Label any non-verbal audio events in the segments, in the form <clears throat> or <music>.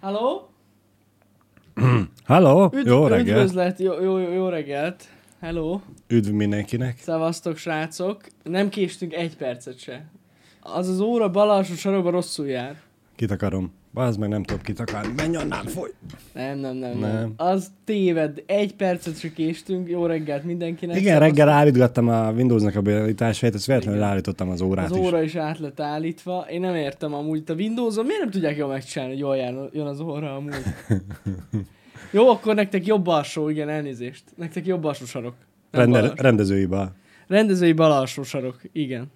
Halló? Halló, Üdv- jó reggelt, Üdvözlet, jó, jó, jó, jó reggelt. Hello. üdv mindenkinek. Szevasztok, srácok. Nem késtünk egy percet se. Az az óra bal alsó sarokba rosszul jár. Kitakarom. Bázd meg, nem tudom kitakarni. Menj annál, foly! Nem, nem, nem, nem. Nem. Az téved. Egy percet se késtünk. Jó reggelt mindenkinek. Igen, Szevasztok. reggel állítgattam a Windowsnak a beállításait, ezt véletlenül állítottam az órát Az is. óra is át lett állítva. Én nem értem amúgy itt a Windows-on. Miért nem tudják jól megcsinálni, hogy jól jár, jön az óra <laughs> amúgy? Jó, akkor nektek jobb alsó, igen, elnézést. Nektek jobb alsó sarok. Nem bal Rendel- alsó. rendezőiba. Rendezői bal alsó sarok, igen.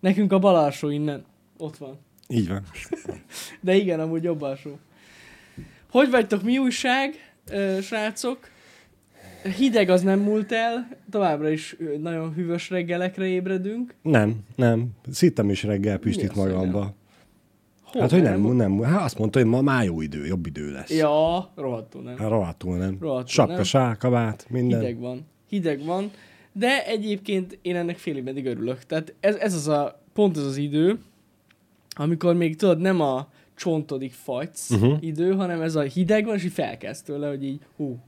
Nekünk a bal alsó innen. Ott van. Így van. De igen, amúgy jobb alsó. Hogy vagytok, mi újság, ö, srácok? Hideg az nem múlt el, továbbra is ö, nagyon hűvös reggelekre ébredünk. Nem, nem. Szittem is reggel Mi Pistit az, hogy magamba. Hát, hogy nem, volt? nem. Hát azt mondta, hogy ma már jó idő, jobb idő lesz. Ja, rohadtul nem. Hát rohadtul nem. Rohadtul nem. Sapka, sálkabát, minden. Hideg van. Hideg van. De egyébként én ennek félig meddig örülök. Tehát ez, ez az a, pont ez az idő, amikor még tudod, nem a csontodik fagysz uh-huh. Mhm. idő, hanem ez a hideg van, és így felkezd tőle, hogy így hú,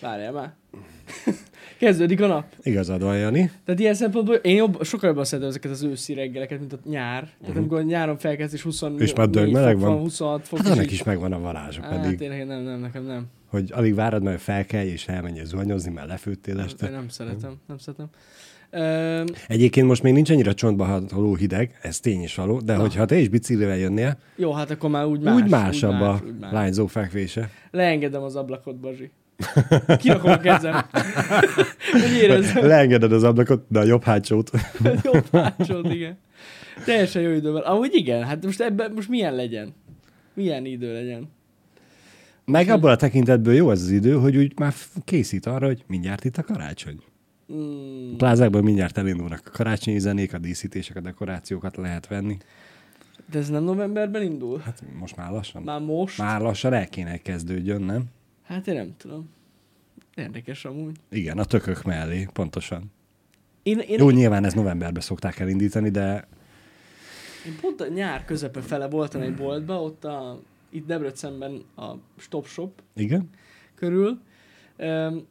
várjál már. <laughs> Kezdődik a nap. Igazad van, Jani. Tehát ilyen szempontból én jobb, sokkal jobban szeretem ezeket az őszi reggeleket, mint a nyár. Tehát uh-huh. amikor nyáron felkezd, és 24 Mhm. És már dög meleg fok van, van. 26 fok. Hát és ennek így- is megvan a varázsa Hát pedig, tényleg nem, nem, nekem nem. hogy alig várod, mert felkelj és elmenj zuhanyozni, mert lefőttél este. Mhm. Én nem szeretem, nem szeretem. Öm, Egyébként most még nincs annyira csontba hatoló hideg, ez tény is való, de hogyha te is biciklivel jönnél, Jó, hát akkor már úgy más. más, úgy másabb más, a úgy más. lányzó <laughs> fekvése. Leengedem az ablakot, Bazsi. Kirakom a kezem. Hogy érezzem, Leengeded az ablakot, de a jobb hátsót. hogy jó pácsolt, igen. Teljesen jó időben. Amúgy igen, hát most ebben most milyen legyen? Milyen idő legyen? Meg abból a tekintetből jó ez az idő, hogy úgy már f- készít arra, hogy mindjárt itt a karácsony. Mm, A plázákban mindjárt elindulnak a karácsonyi zenék, a díszítések, a dekorációkat lehet venni. de ez nem novemberben indul? Hát most már lassan. Már most? Már lassan el kéne hogy kezdődjön, nem? Hát én nem tudom. Érdekes amúgy. Igen, a tökök mellé, pontosan. Én, én, Jó, nyilván ez novemberben szokták elindítani, de Én pont a nyár közepe fele voltam egy boltba, ott a, itt Debrecenben a Stop Shop igen. körül, um,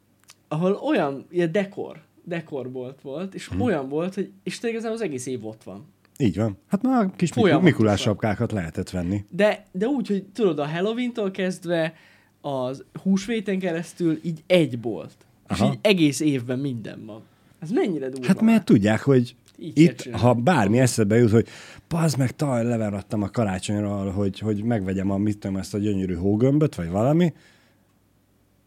ahol olyan, ilyen dekor, dekorbolt volt, és Mhm. hmm. olyan volt, hogy, és tényleg az egész év ott van. így Így van. Hát már a kis Miku- Folyamatosan. Mikulás sapkákat lehetett venni. De, de úgy, hogy tudod, a Halloween-tól kezdve, az húsvéten keresztül így egy bolt. Aha. És Aha. így egész évben minden van. Ez mennyire durva. Hát mert tudják, hogy Így kell itt, csinálni. ha bármi eszedbe jut, hogy pazd meg, talán leveradtam a karácsonyról, hogy, hogy megvegyem a, mit tudom, ezt a gyönyörű hógömböt, vagy valami,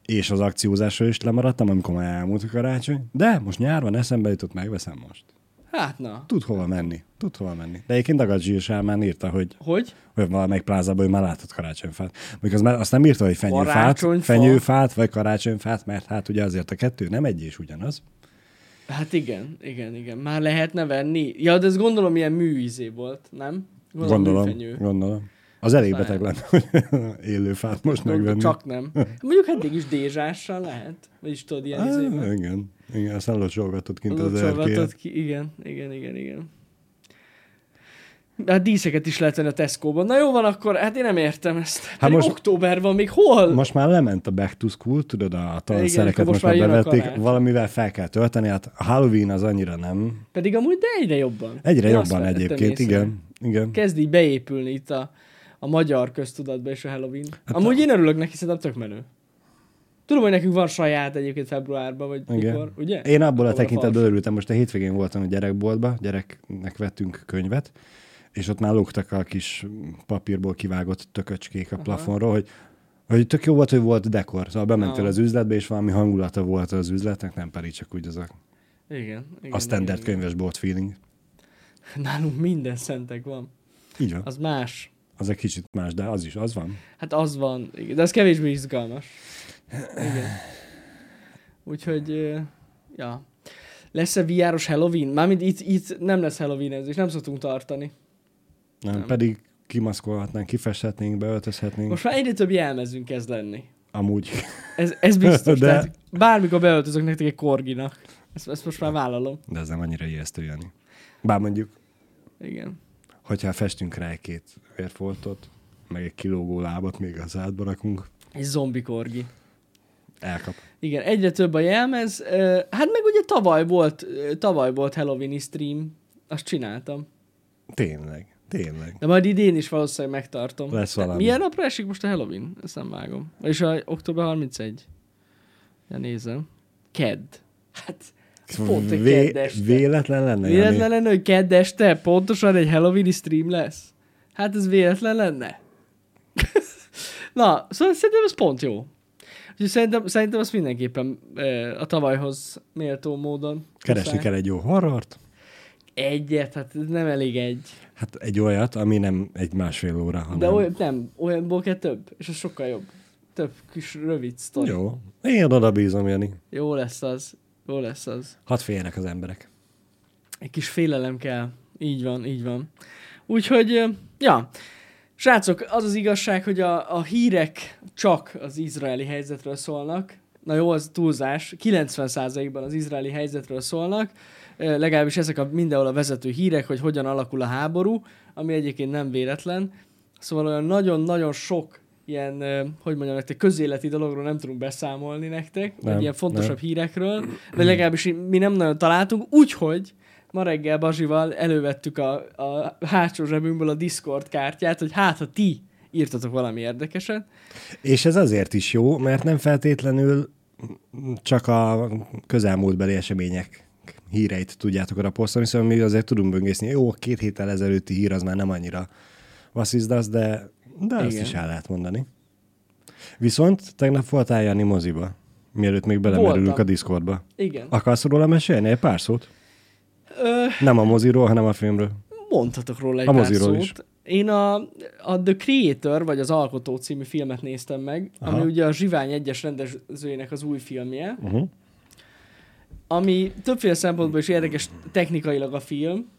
és az akciózásról is lemaradtam, amikor már elmúlt a karácsony, de most nyár van, eszembe jutott, megveszem most. Hát na. Tud hova menni, tud hova menni. De egyébként Dagad Zsír Sálmán írta, hogy, Hogy? hogy valamelyik plázában ő már látott karácsonyfát. Még az már azt nem írta, hogy fenyőfát, Karácsonyfa. fenyőfát vagy karácsonyfát, mert hát ugye azért a kettő nem egy és ugyanaz. Hát igen, igen, igen. Már lehetne venni. Ja, de ez gondolom ilyen műizé volt, nem? Gondolom, műfenyő. gondolom. Az elég Lehet. beteg lenne, hogy <laughs> élő fát most megvenni. Csak nem. Mondjuk eddig is dézsással lehet. Vagyis tudod, ilyen izében. Á, igen, igen, aztán locsolgatott kint az erkélyen. Locsolgatod ki, igen, igen, igen, igen. Hát díszeket is lehet venni a Tesco-ban. Na jó van akkor, hát én nem értem ezt. Hát most... most- október van még, hol? Most már lement a back to school, tudod, a tanszereket akkor most most, már már jön a bevették, karácsony. valamivel fel kell tölteni, hát a Halloween az annyira nem. Pedig amúgy, de egyre jobban. Egyre Én azt jobban vettem egyébként, észre. igen, igen. Kezd így beépülni itt a, a magyar köztudatba és a Halloween. Hát- Amúgy én örülök neki, szerintem tök menő. Tudom, hogy nekünk van saját egyébként februárban, vagy igen. Igen. mikor, ugye? Én abból a Akkor tekintetből fals. örültem, most a hétvégén voltam a gyerekboltba, gyereknek vettünk könyvet, és ott már lógtak a kis papírból kivágott tököcskék a Aha. plafonról, hogy, hogy tök jó volt, hogy volt dekor. Szóval bementél Aha. az üzletbe, és valami hangulata volt az üzletnek, nem pedig csak úgy az a, Igen, igen, a standard igen, igen. könyvesbolt feeling. Nálunk minden szentek van. Így van. Az más. Az egy kicsit más, de az is, az van. Hát az van, igen, de az kevésbé izgalmas. Igen. Úgyhogy, ö, ja. Lesz-e VR-os Halloween? Mármint itt, itt nem lesz Halloween ez, és nem szoktunk tartani. Nem, Nem. nem. pedig kimaszkolhatnánk, kifesthetnénk, beöltözhetnénk. Most Most... már egyre több jelmezünk kezd lenni. Amúgy Ez, ez biztos, de... De- tehát bármikor beöltözök nektek egy korginak. Ezt, ezt most már vállalom. de ez nem annyira ijesztő, Jani. Bár mondjuk, Igen. hogyha festünk rá egy-két vérfoltot, meg egy kilógó lábat még az átba rakunk. Egy zombi korgi. Elkap. Igen, egyre több a jelmez. Ö, Hát meg ugye tavaly volt, ö, tavaly volt Halloween stream, azt csináltam. Tényleg, tényleg. De majd idén is valószínűleg megtartom. Lesz De valami. Milyen napra esik most a Halloween? Ezt nem vágom. És a október 31. Ja, nézem. Kedd. Hát, pont egy Vé- kedd este. véletlen lenne, Véletlen Jani? lenne, hogy kedd este pontosan egy Halloween stream lesz? Hát ez véletlen lenne? <laughs> Na, szóval szerintem ez pont jó. Úgyhogy szerintem, szerintem azt mindenképpen eh, a tavalyhoz méltó módon. Keresni muszáj. kell egy jó horrort, Egyet, hát ez nem elég egy. hát egy olyat, ami nem egy másfél óra, hanem... De olyan, nem, olyanból kell több, és az sokkal jobb. Több kis rövid sztori. Jó. Jó. Én oda bízom, Jani. jó lesz az, jó lesz az. Hadd féljenek az emberek. Egy kis félelem kell. Így van, így van. Úgyhogy, ö, ja. Srácok, az az igazság, hogy a, a hírek csak az izraeli helyzetről szólnak. Na jó, az túlzás. 90%-ban az izraeli helyzetről szólnak. Ö, Legalábbis ezek a mindenhol a vezető hírek, hogy hogyan alakul a háború, ami egyébként nem véletlen. Szóval olyan nagyon-nagyon sok ilyen, ö, hogy mondjam nektek, közéleti dologról nem tudunk beszámolni nektek, nem, Nem, vagy ilyen fontosabb hírekről, vagy legalábbis mi nem nagyon találtunk, úgyhogy ma reggel Bazsival elővettük a, a hátsó zsebünkből a Discord kártyát, hogy hát, ha ti írtatok valami érdekeset. És ez azért is jó, mert nem feltétlenül csak a közelmúltbeli események híreit tudjátok oda posztolni, szóval mi azért tudunk böngészni. Jó, két héttel ezelőtti hír az már nem annyira vasszizdasz, de, de azt Igen. is el lehet mondani. Viszont tegnap voltál Jani moziba, mielőtt még belemerülünk Voltam. a Discordba. Igen. Akarsz róla mesélni egy pár szót? Ö, Nem a moziról, hanem a filmről. mondhatok róla egy A pár moziról szót. is. Én a, a The Creator, vagy az Alkotó című filmet néztem meg, Aha. Aha. ami ugye a Zsivány egyes rendezőjének az új filmje, Uh-huh. ami többféle szempontból is érdekes technikailag a film.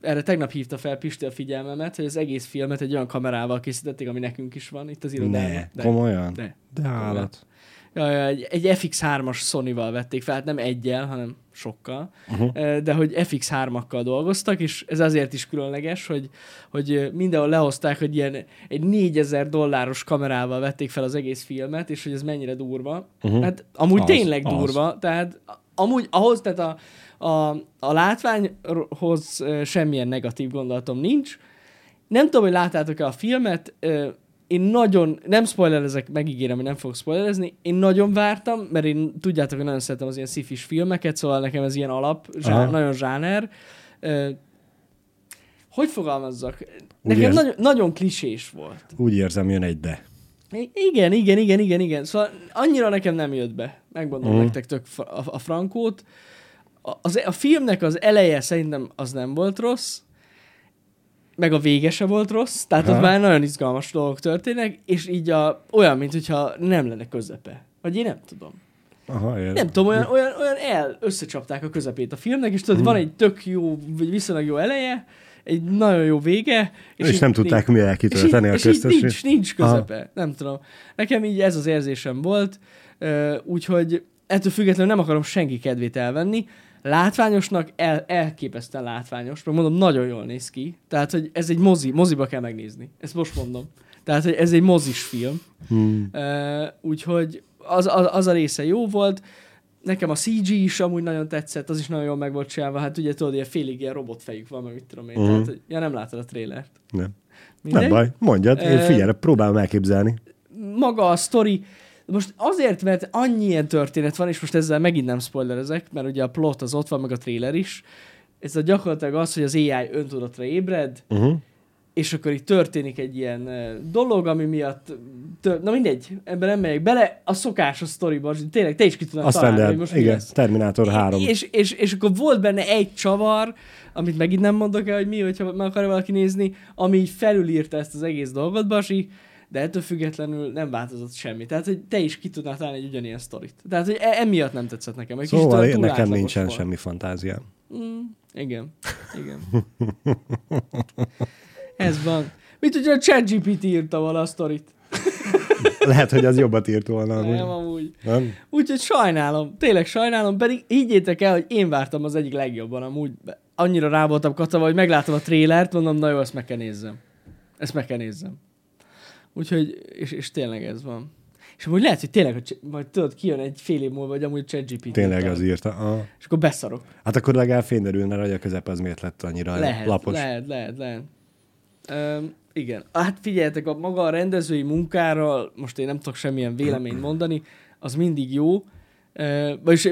Erre tegnap hívta fel Pisti a figyelmemet, hogy az egész filmet egy olyan kamerával készítették, ami nekünk is van itt az irodában. Ne, De- komolyan? De. De állat. Ja, ja, egy, egy FX3-as Sony-val vették fel, hát nem egyel, hanem sokkal, Uh-huh. Ö, de hogy FX3-akkal dolgoztak, és ez azért is különleges, hogy, hogy ö, mindenhol lehozták, hogy ilyen egy 4000 dolláros kamerával vették fel az egész filmet, és hogy ez mennyire durva. Uh-huh. Hát amúgy Az, tényleg az. durva, tehát amúgy ahhoz, tehát a, a, a látványhoz ö, semmilyen negatív gondolatom nincs. Nem tudom, hogy láttátok-e a filmet, ö, én nagyon, nem spoilerezek, megígérem, hogy nem fogok spoilerezni, én nagyon vártam, mert én tudjátok, hogy nagyon szeretem az ilyen szifis filmeket, szóval nekem ez ilyen alap, zsá, Aha. nagyon zsáner. Ö, Hogy fogalmazzak? Úgy Nekem érz- nagyon, nagyon klisés volt. Úgy érzem, jön egy de. I- Igen, igen, igen, igen, igen. Szóval annyira nekem nem jött be. Megmondom Mhm. nektek tök fra- a, a frankót. A, az, a filmnek az eleje szerintem az nem volt rossz, meg a vége se volt rossz, tehát ott Aha. már nagyon izgalmas dolgok történnek, és így a, olyan, mint hogyha nem lenne közepe. Vagy én nem tudom. Aha, ér- Nem tudom, olyan, olyan, olyan el összecsapták a közepét a filmnek, és Mhm. tudod, van egy tök jó, vagy viszonylag jó eleje, egy nagyon jó vége, És, és nem így- tudták mivel és így, kitölteni a Ah. és így köztes nincs, nincs Aha. közepe, nem tudom. Nekem így ez az érzésem volt, ö, úgyhogy ettől függetlenül nem akarom senki kedvét elvenni. Látványosnak el, elképesztően látványos, mert mondom, nagyon jól néz ki. Tehát, hogy ez egy mozi, moziba kell megnézni. Ezt most mondom. Tehát, hogy ez egy mozis film. Hmm. Ö, úgyhogy az, az, az a része jó volt. Nekem a CG is amúgy nagyon tetszett, az is nagyon jól meg volt csinálva. Hát ugye tudod, ilyen félig ilyen robotfejük van, meg mit tudom én. Mhm. Tehát, hogy, ja, nem látod a trélert. Nem. Mindegy. nem baj, mondjad, én Ö, figyelj, próbálom elképzelni. maga a sztori, most azért, mert annyi ilyen történet van, és most ezzel megint nem spoilerezek, mert ugye a plot az ott van, meg a trailer is, ez a gyakorlatilag az, hogy az AI öntudatra ébred, Uh-huh. és akkor itt történik egy ilyen ö, dolog, ami miatt, tör... na mindegy, ebben nem megyek bele, a szokásos sztoriban, tényleg te is ki tudnád Azt találni, hogy rendel, most mi igen, lesz. Terminátor 3. És, és, és akkor volt benne egy csavar, amit megint nem mondok el, hogy mi, hogyha meg akar valaki nézni, ami így felülírta ezt az egész dolgot, Basi, de ettől függetlenül nem változott semmi. Tehát, hogy te is ki tudnál találni egy ugyanilyen sztorit. Tehát, hogy e- emiatt nem tetszett nekem. Egy kicsit Szóval olyan én, túl nekem átlagos nincsen volt. semmi fantáziám. Mm, igen, igen. Ez van. Mit ugye a ChatGPT írta volna a sztorit? <laughs> Lehet, hogy az jobbat írt volna. Nem, amúgy. amúgy. Nem? Úgyhogy sajnálom, tényleg sajnálom, pedig higgyétek el, hogy én vártam az egyik legjobban amúgy. Annyira rá voltam katava, hogy meglátom a trélert, mondom, na jó, ezt meg kell nézzem. Ezt meg kell nézzem. Úgyhogy, és, és tényleg ez van. És amúgy lehet, hogy tényleg, hogy cs- majd tudod, kijön egy fél év múlva, hogy amúgy ChatGPT. Tényleg az írta. Ah. És akkor beszarok. Hát akkor legalább fényderülne, rá, hogy a közep az miért lett annyira Lehet, lapos. lehet, lehet, lehet. Öm, igen. Hát figyeljetek, a maga a rendezői munkáról, most én nem tudok semmilyen véleményt mondani, az mindig jó, Ö, vagyis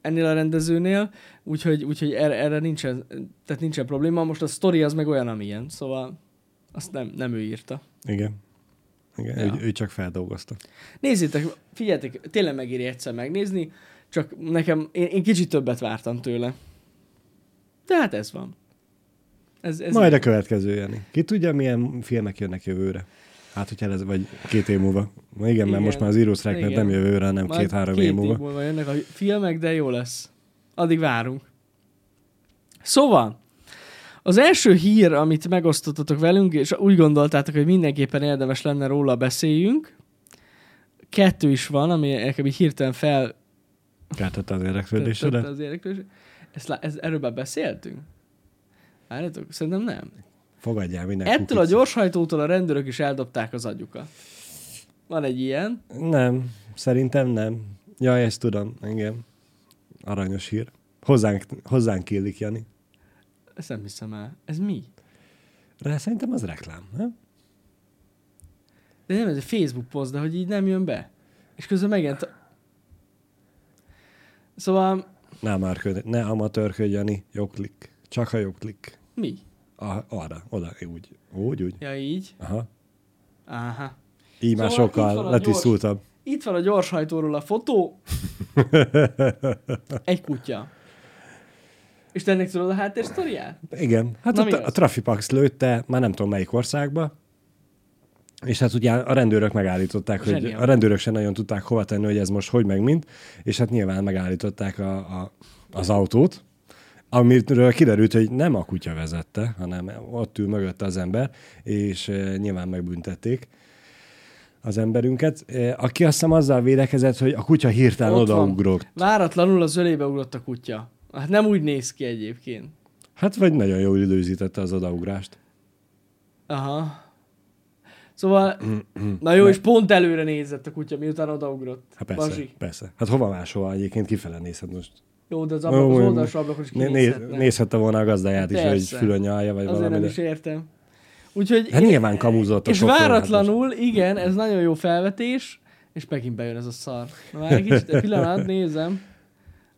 ennél a rendezőnél, úgyhogy, úgyhogy erre, erre nincsen, tehát nincsen probléma. Most a sztori az meg olyan, amilyen, szóval azt nem, nem ő írta. Igen. Igen, Ja. ő, ő csak feldolgozta. Nézzétek, figyeljetek, tényleg megéri egyszer megnézni, csak nekem, én, én kicsit többet vártam tőle. De hát ez van. Ez, ez Majd ilyen. a következő, Jani. Ki tudja, milyen filmek jönnek jövőre? Hát, hogyha ez, vagy két év múlva. Na Igen, igen. Igen. mert most már az Író Strike-nek Igen. nem jövőre, hanem Majd két-három év múlva. Két év múlva jönnek a filmek, de jó lesz. Addig várunk. Szóval, az első hír, amit megosztottatok velünk, és úgy gondoltátok, hogy mindenképpen érdemes lenne róla beszéljünk, kettő is van, ami nekem így hirtelen fel... Kártette az érdeklődésedet? az érdeklődés. Ezt, lá- ez, erről már beszéltünk? Várjatok, szerintem nem. Fogadjál minden Ettől a kukicát. gyorshajtótól a rendőrök is eldobták az agyukat. Van egy ilyen. Nem, szerintem nem. Ja, ezt tudom, igen. Aranyos hír. Hozzánk, hozzánk illik, Jani. Ezt nem hiszem el. Ez mi? Rá szerintem az reklám, nem? De nem, ez egy Facebook poszt, de hogy így nem jön be. És közben megjelent... a- Szóval Ne, már köd, ne amatőrködj, Jani. Jó klik. Csak a jó klik. mi? A, arra, oda, úgy. Úgy, úgy. Ja, így. Aha. Áha. Így már Szóval itt van sokkal a letisztultabb. Itt van a gyorshajtóról a <laughs> fotó. Egy kutya. És te ennek tudod a háttérsztoriát? Igen, hát Na, Na, mi a, az? a Trafipax lőtte, már nem tudom melyik országba, és hát ugye a rendőrök megállították, hogy Zseniál. a rendőrök sem nagyon tudták hova tenni, hogy ez most hogy meg mint, és hát nyilván megállították a, a, az autót, amiről kiderült, hogy nem a kutya vezette, hanem ott ül mögötte az ember, és e, nyilván megbüntették az emberünket, e, aki azt hiszem azzal védekezett, hogy a kutya hirtelen Ott van. odaugrott. Váratlanul az ölébe ugrott a kutya. Hát nem úgy néz ki egyébként. Hát vagy nagyon jól időzítette az odaugrást. Aha. <clears throat> Szóval, na jó, és pont előre nézett a kutya, miután odaugrott. Hát persze, Bazsi. persze. Hát hova máshova egyébként kifele nézhet most? Jó, de az, ablak, az Ó, oldalsó ablakon is Né- né- kinézhetne. nézhette volna a gazdáját is, Persze. hogy fülön nyalja, vagy Azért valami. nem de- is értem. Úgyhogy, Hát nyilván kamuzott a és sofőr, hát váratlanul, igen, ez nagyon jó felvetés, és megint bejön ez a szar. Na már egy kicsit, egy pillanat, nézem.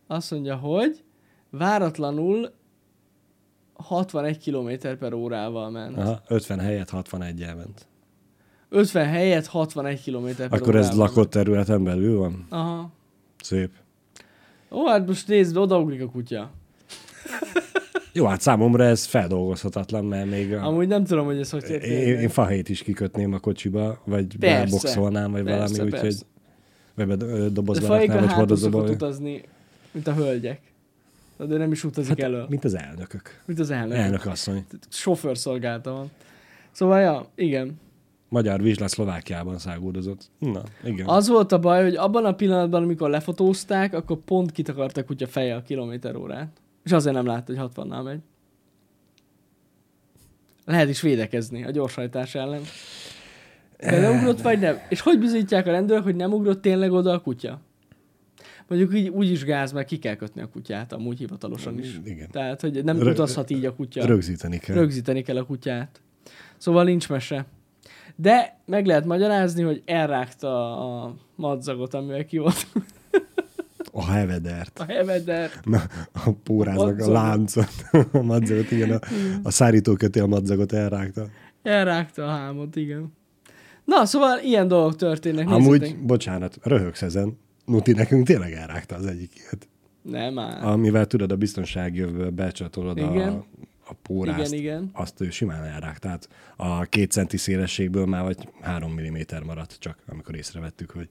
Azt mondja, hogy váratlanul 61 km per órával ment. most- Aha, 50 helyett 61 elment. 50 helyett 61 km per Akkor ez órával. lakott területen belül van? Aha. Szép. Ó, hát most nézd, odaugrik a kutya. Jó, hát számomra ez feldolgozhatatlan, mert még a... Amúgy nem tudom, hogy ez hogy történt. Én, én fahét is kikötném a kocsiba, vagy Persze. boxolnám, vagy Persze, valami, persze. úgyhogy... Vagy be- ö, De dobozba raknám, faékra vagy hátul hordozóba. szokott vagy- utazni, mint a hölgyek. De ő nem is utazik hát, elő, Hát, mint az elnökök. mint az elnök. Elnök asszony. sofőr szolgálta van. Szóval, ja, igen. Magyar vizsla Szlovákiában száguldozott. Na, igen. Az volt a baj, hogy abban a pillanatban, amikor lefotózták, akkor pont kitakarta a kutya feje a kilométer órát. És azért nem látta, hogy 60-nál megy. Lehet is védekezni a gyorshajtás ellen. De nem ugrott, vagy nem? És hogy bizonyítják a rendőrök, hogy nem ugrott tényleg oda a kutya? Mondjuk így úgy is gáz, mert ki kell kötni a kutyát, amúgy hivatalosan is. Igen. Tehát, hogy nem Hmm. Rö- utazhat így a kutya. Rögzíteni kell. Rögzíteni kell a kutyát. Szóval nincs mese. De meg lehet magyarázni, hogy elrágta a madzagot, amivel ki volt <laughs> A hevedert. a heveder. Na, a póráznak a madzagot. láncot. A madzagot, igen. A, a szárítókötél madzagot elrágta. Elrágta a hámot, igen. Na, szóval ilyen dolgok történnek. Amúgy, nézzétek. bocsánat, röhögsz ezen. Nuti nekünk tényleg elrágta az egyik ilyet. Nem már. Amivel tudod, a biztonságjövőbe becsatolod Hát. Igen. a, a pórázt. Igen, igen. Azt ő simán elrágta. Tehát a két centi szélességből már vagy három milliméter maradt csak, amikor észrevettük, hogy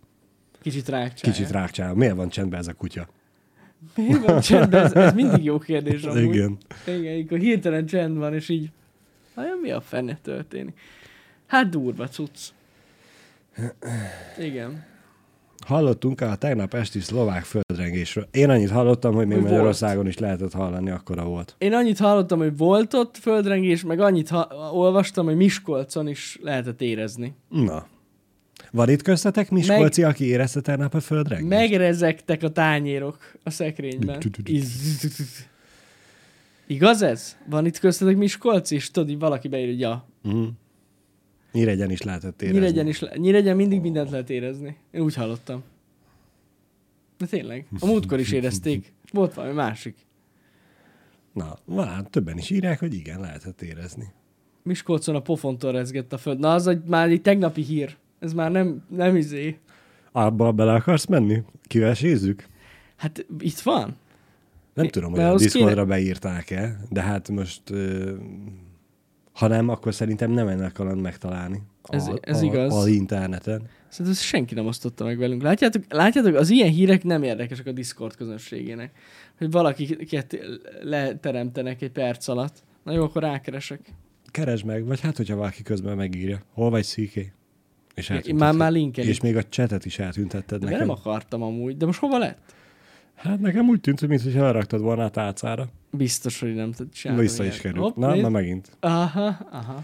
Kicsit rágcsálja. kicsit rákcsál. Miért van csendben ez a kutya? Miért van csend? Ez, ez mindig jó <laughs> kérdés amúgy. Igen. Igen, amikor hirtelen csend van, és így, vajon mi a fene történik? Hát durva cucc. Igen. Hallottunk a tegnap esti szlovák földrengésről. Én annyit hallottam, hogy még Hogy volt. Magyarországon is lehetett hallani, akkora volt. Én annyit hallottam, hogy volt ott földrengés, meg annyit ha- olvastam, hogy Miskolcon is lehetett érezni. Na. Van itt köztetek Miskolci, aki érezte tegnap a földrengést? Megrezegtek a tányérok a szekrényben. Tü-tü-tü-tü. Izz- Igaz ez? Van itt köztetek Miskolc is? Tudod, így valaki beír, hogy ja, Mm. Nyíregyen is lehetett érezni. Nyíregyen, is le- Nyíregyen mindig mindent lehet érezni. Én úgy hallottam. De tényleg. A múltkor is érezték. És volt valami másik. Na, van, többen is írják, hogy igen, lehetett érezni. Miskolcon a pofontól rezgett a föld. Na, az egy, már egy tegnapi hír. Ez már nem, nem izé. Abba bele akarsz menni? Kivesézzük? Hát itt van. Nem Mi- tudom, hogy mert a ahhoz Discordra beírták-e, de hát most, ö, ha nem, akkor szerintem nem ennek alan megtalálni. Ez- a, ez a, igaz. A interneten. Szerintem ezt senki nem osztotta meg velünk. Látjátok, látjátok, az ilyen hírek nem érdekesek a Discord közönségének. Hogy valakiket leteremtenek egy perc alatt. Na jó, akkor rákeresek. Keresd meg, vagy hát, hogyha valaki közben megírja. Hol vagy szíké? És, Én már, már eltüntetted. linkelik. és még a csetet is eltüntetted De nekem. nem akartam amúgy. De most hova lett? Hát nekem úgy tűnt, hogy mintha elraktad volna a tálcára. Biztos, hogy nem tudod Sem csinálni. Vissza is ilyet. került. Hopp, Na, nézd. na, megint. Aha, aha.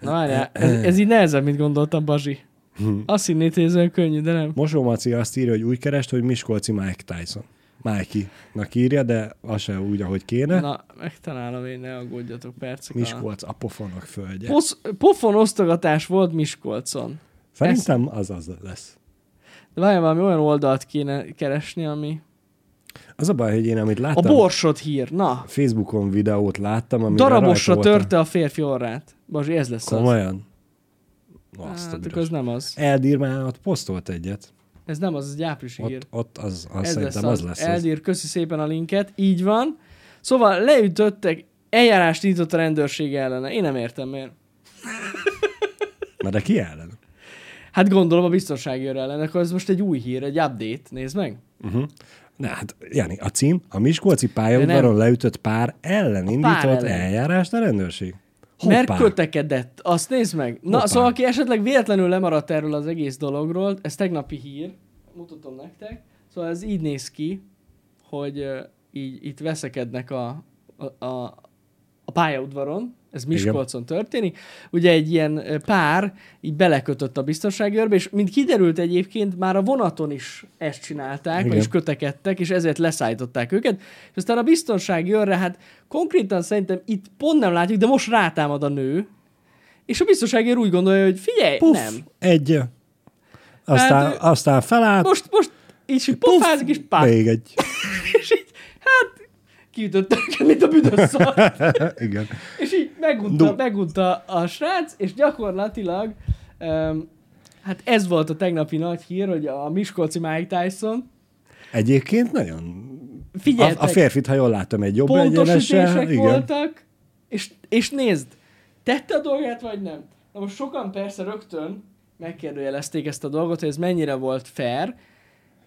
Na várjál, ez, ez így nehezebb, mint gondoltam, Bazsi. Hm. Azt hinnéd, hogy ez olyan könnyű, de nem. Mosó Maci azt írja, hogy úgy kerest, hogy Miskolci Mike Tyson. Mikey-nak írja, de az se úgy, ahogy kéne. Na, Na, megtalálom én, ne aggódjatok percek. alatt. Miskolc a pofonok földje. Posz, pofon osztogatás volt Miskolcon. Szerintem az az lesz. De várjál, valami olyan oldalt kéne keresni, ami... Az a baj, hogy én amit A láttam, borsod hír, na! Facebookon videót láttam, ami Darabosra törte a férfi orrát. Bazsi, ez lesz az. Komolyan? Na, Azt Hát, a akkor büdös. ez nem az. Eldir már ott posztolt egyet. Ez nem az, ez egy áprilisi hír. Ott, ott az, az Ez szerintem lesz az az. lesz. az. Eldir, köszi szépen a linket. Így van. Szóval leütöttek, eljárást indított a rendőrség ellene. Én nem értem miért. Na de ki ellen? Hát gondolom a biztonsági őr ellen, akkor ez most egy új hír, egy update, nézd meg. Uh-huh. Na hát, Jani, a cím, a Miskolci pályaudvaron leütött pár ellen indított ellen. eljárást a rendőrség. Hoppá. Mert kötekedett, azt nézd meg. Na, Hoppá. Hoppá. szóval aki esetleg véletlenül lemaradt erről az egész dologról, ez tegnapi hír, mutatom nektek. Szóval ez így néz ki, hogy ö, így, itt veszekednek a, a, a, a pályaudvaron, ez Miskolcon történik. Ugye egy ilyen ö, pár így belekötött a biztonsági őrbe, és mint kiderült egyébként, már a vonaton is ezt csinálták, Igen. Igen. és kötekedtek, és ezért leszállították őket. És aztán a biztonsági őrre, hát konkrétan szerintem itt pont nem látjuk, de most rátámad a nő, és a biztonsági őr úgy gondolja, hogy figyelj, Puff, Puff. nem. Egy. Aztán, Hát, hát, aztán felállt. Most, most így így pofázik, és pá, Még egy. <laughs> és így, hát kiütöttek, mint a büdös szar. Igen. És így megunta, Du- megunta a srác, és gyakorlatilag um, hát ez volt a tegnapi nagy hír, hogy a Miskolci Mike Tyson Egyébként nagyon... A, figyeltek, a férfit, ha jól látom, egy jobb egyenessel. pontosítések Igen. voltak, és, és nézd, tette a dolgát, vagy nem? Na most sokan persze rögtön megkérdőjelezték ezt a dolgot, hogy ez mennyire volt fair.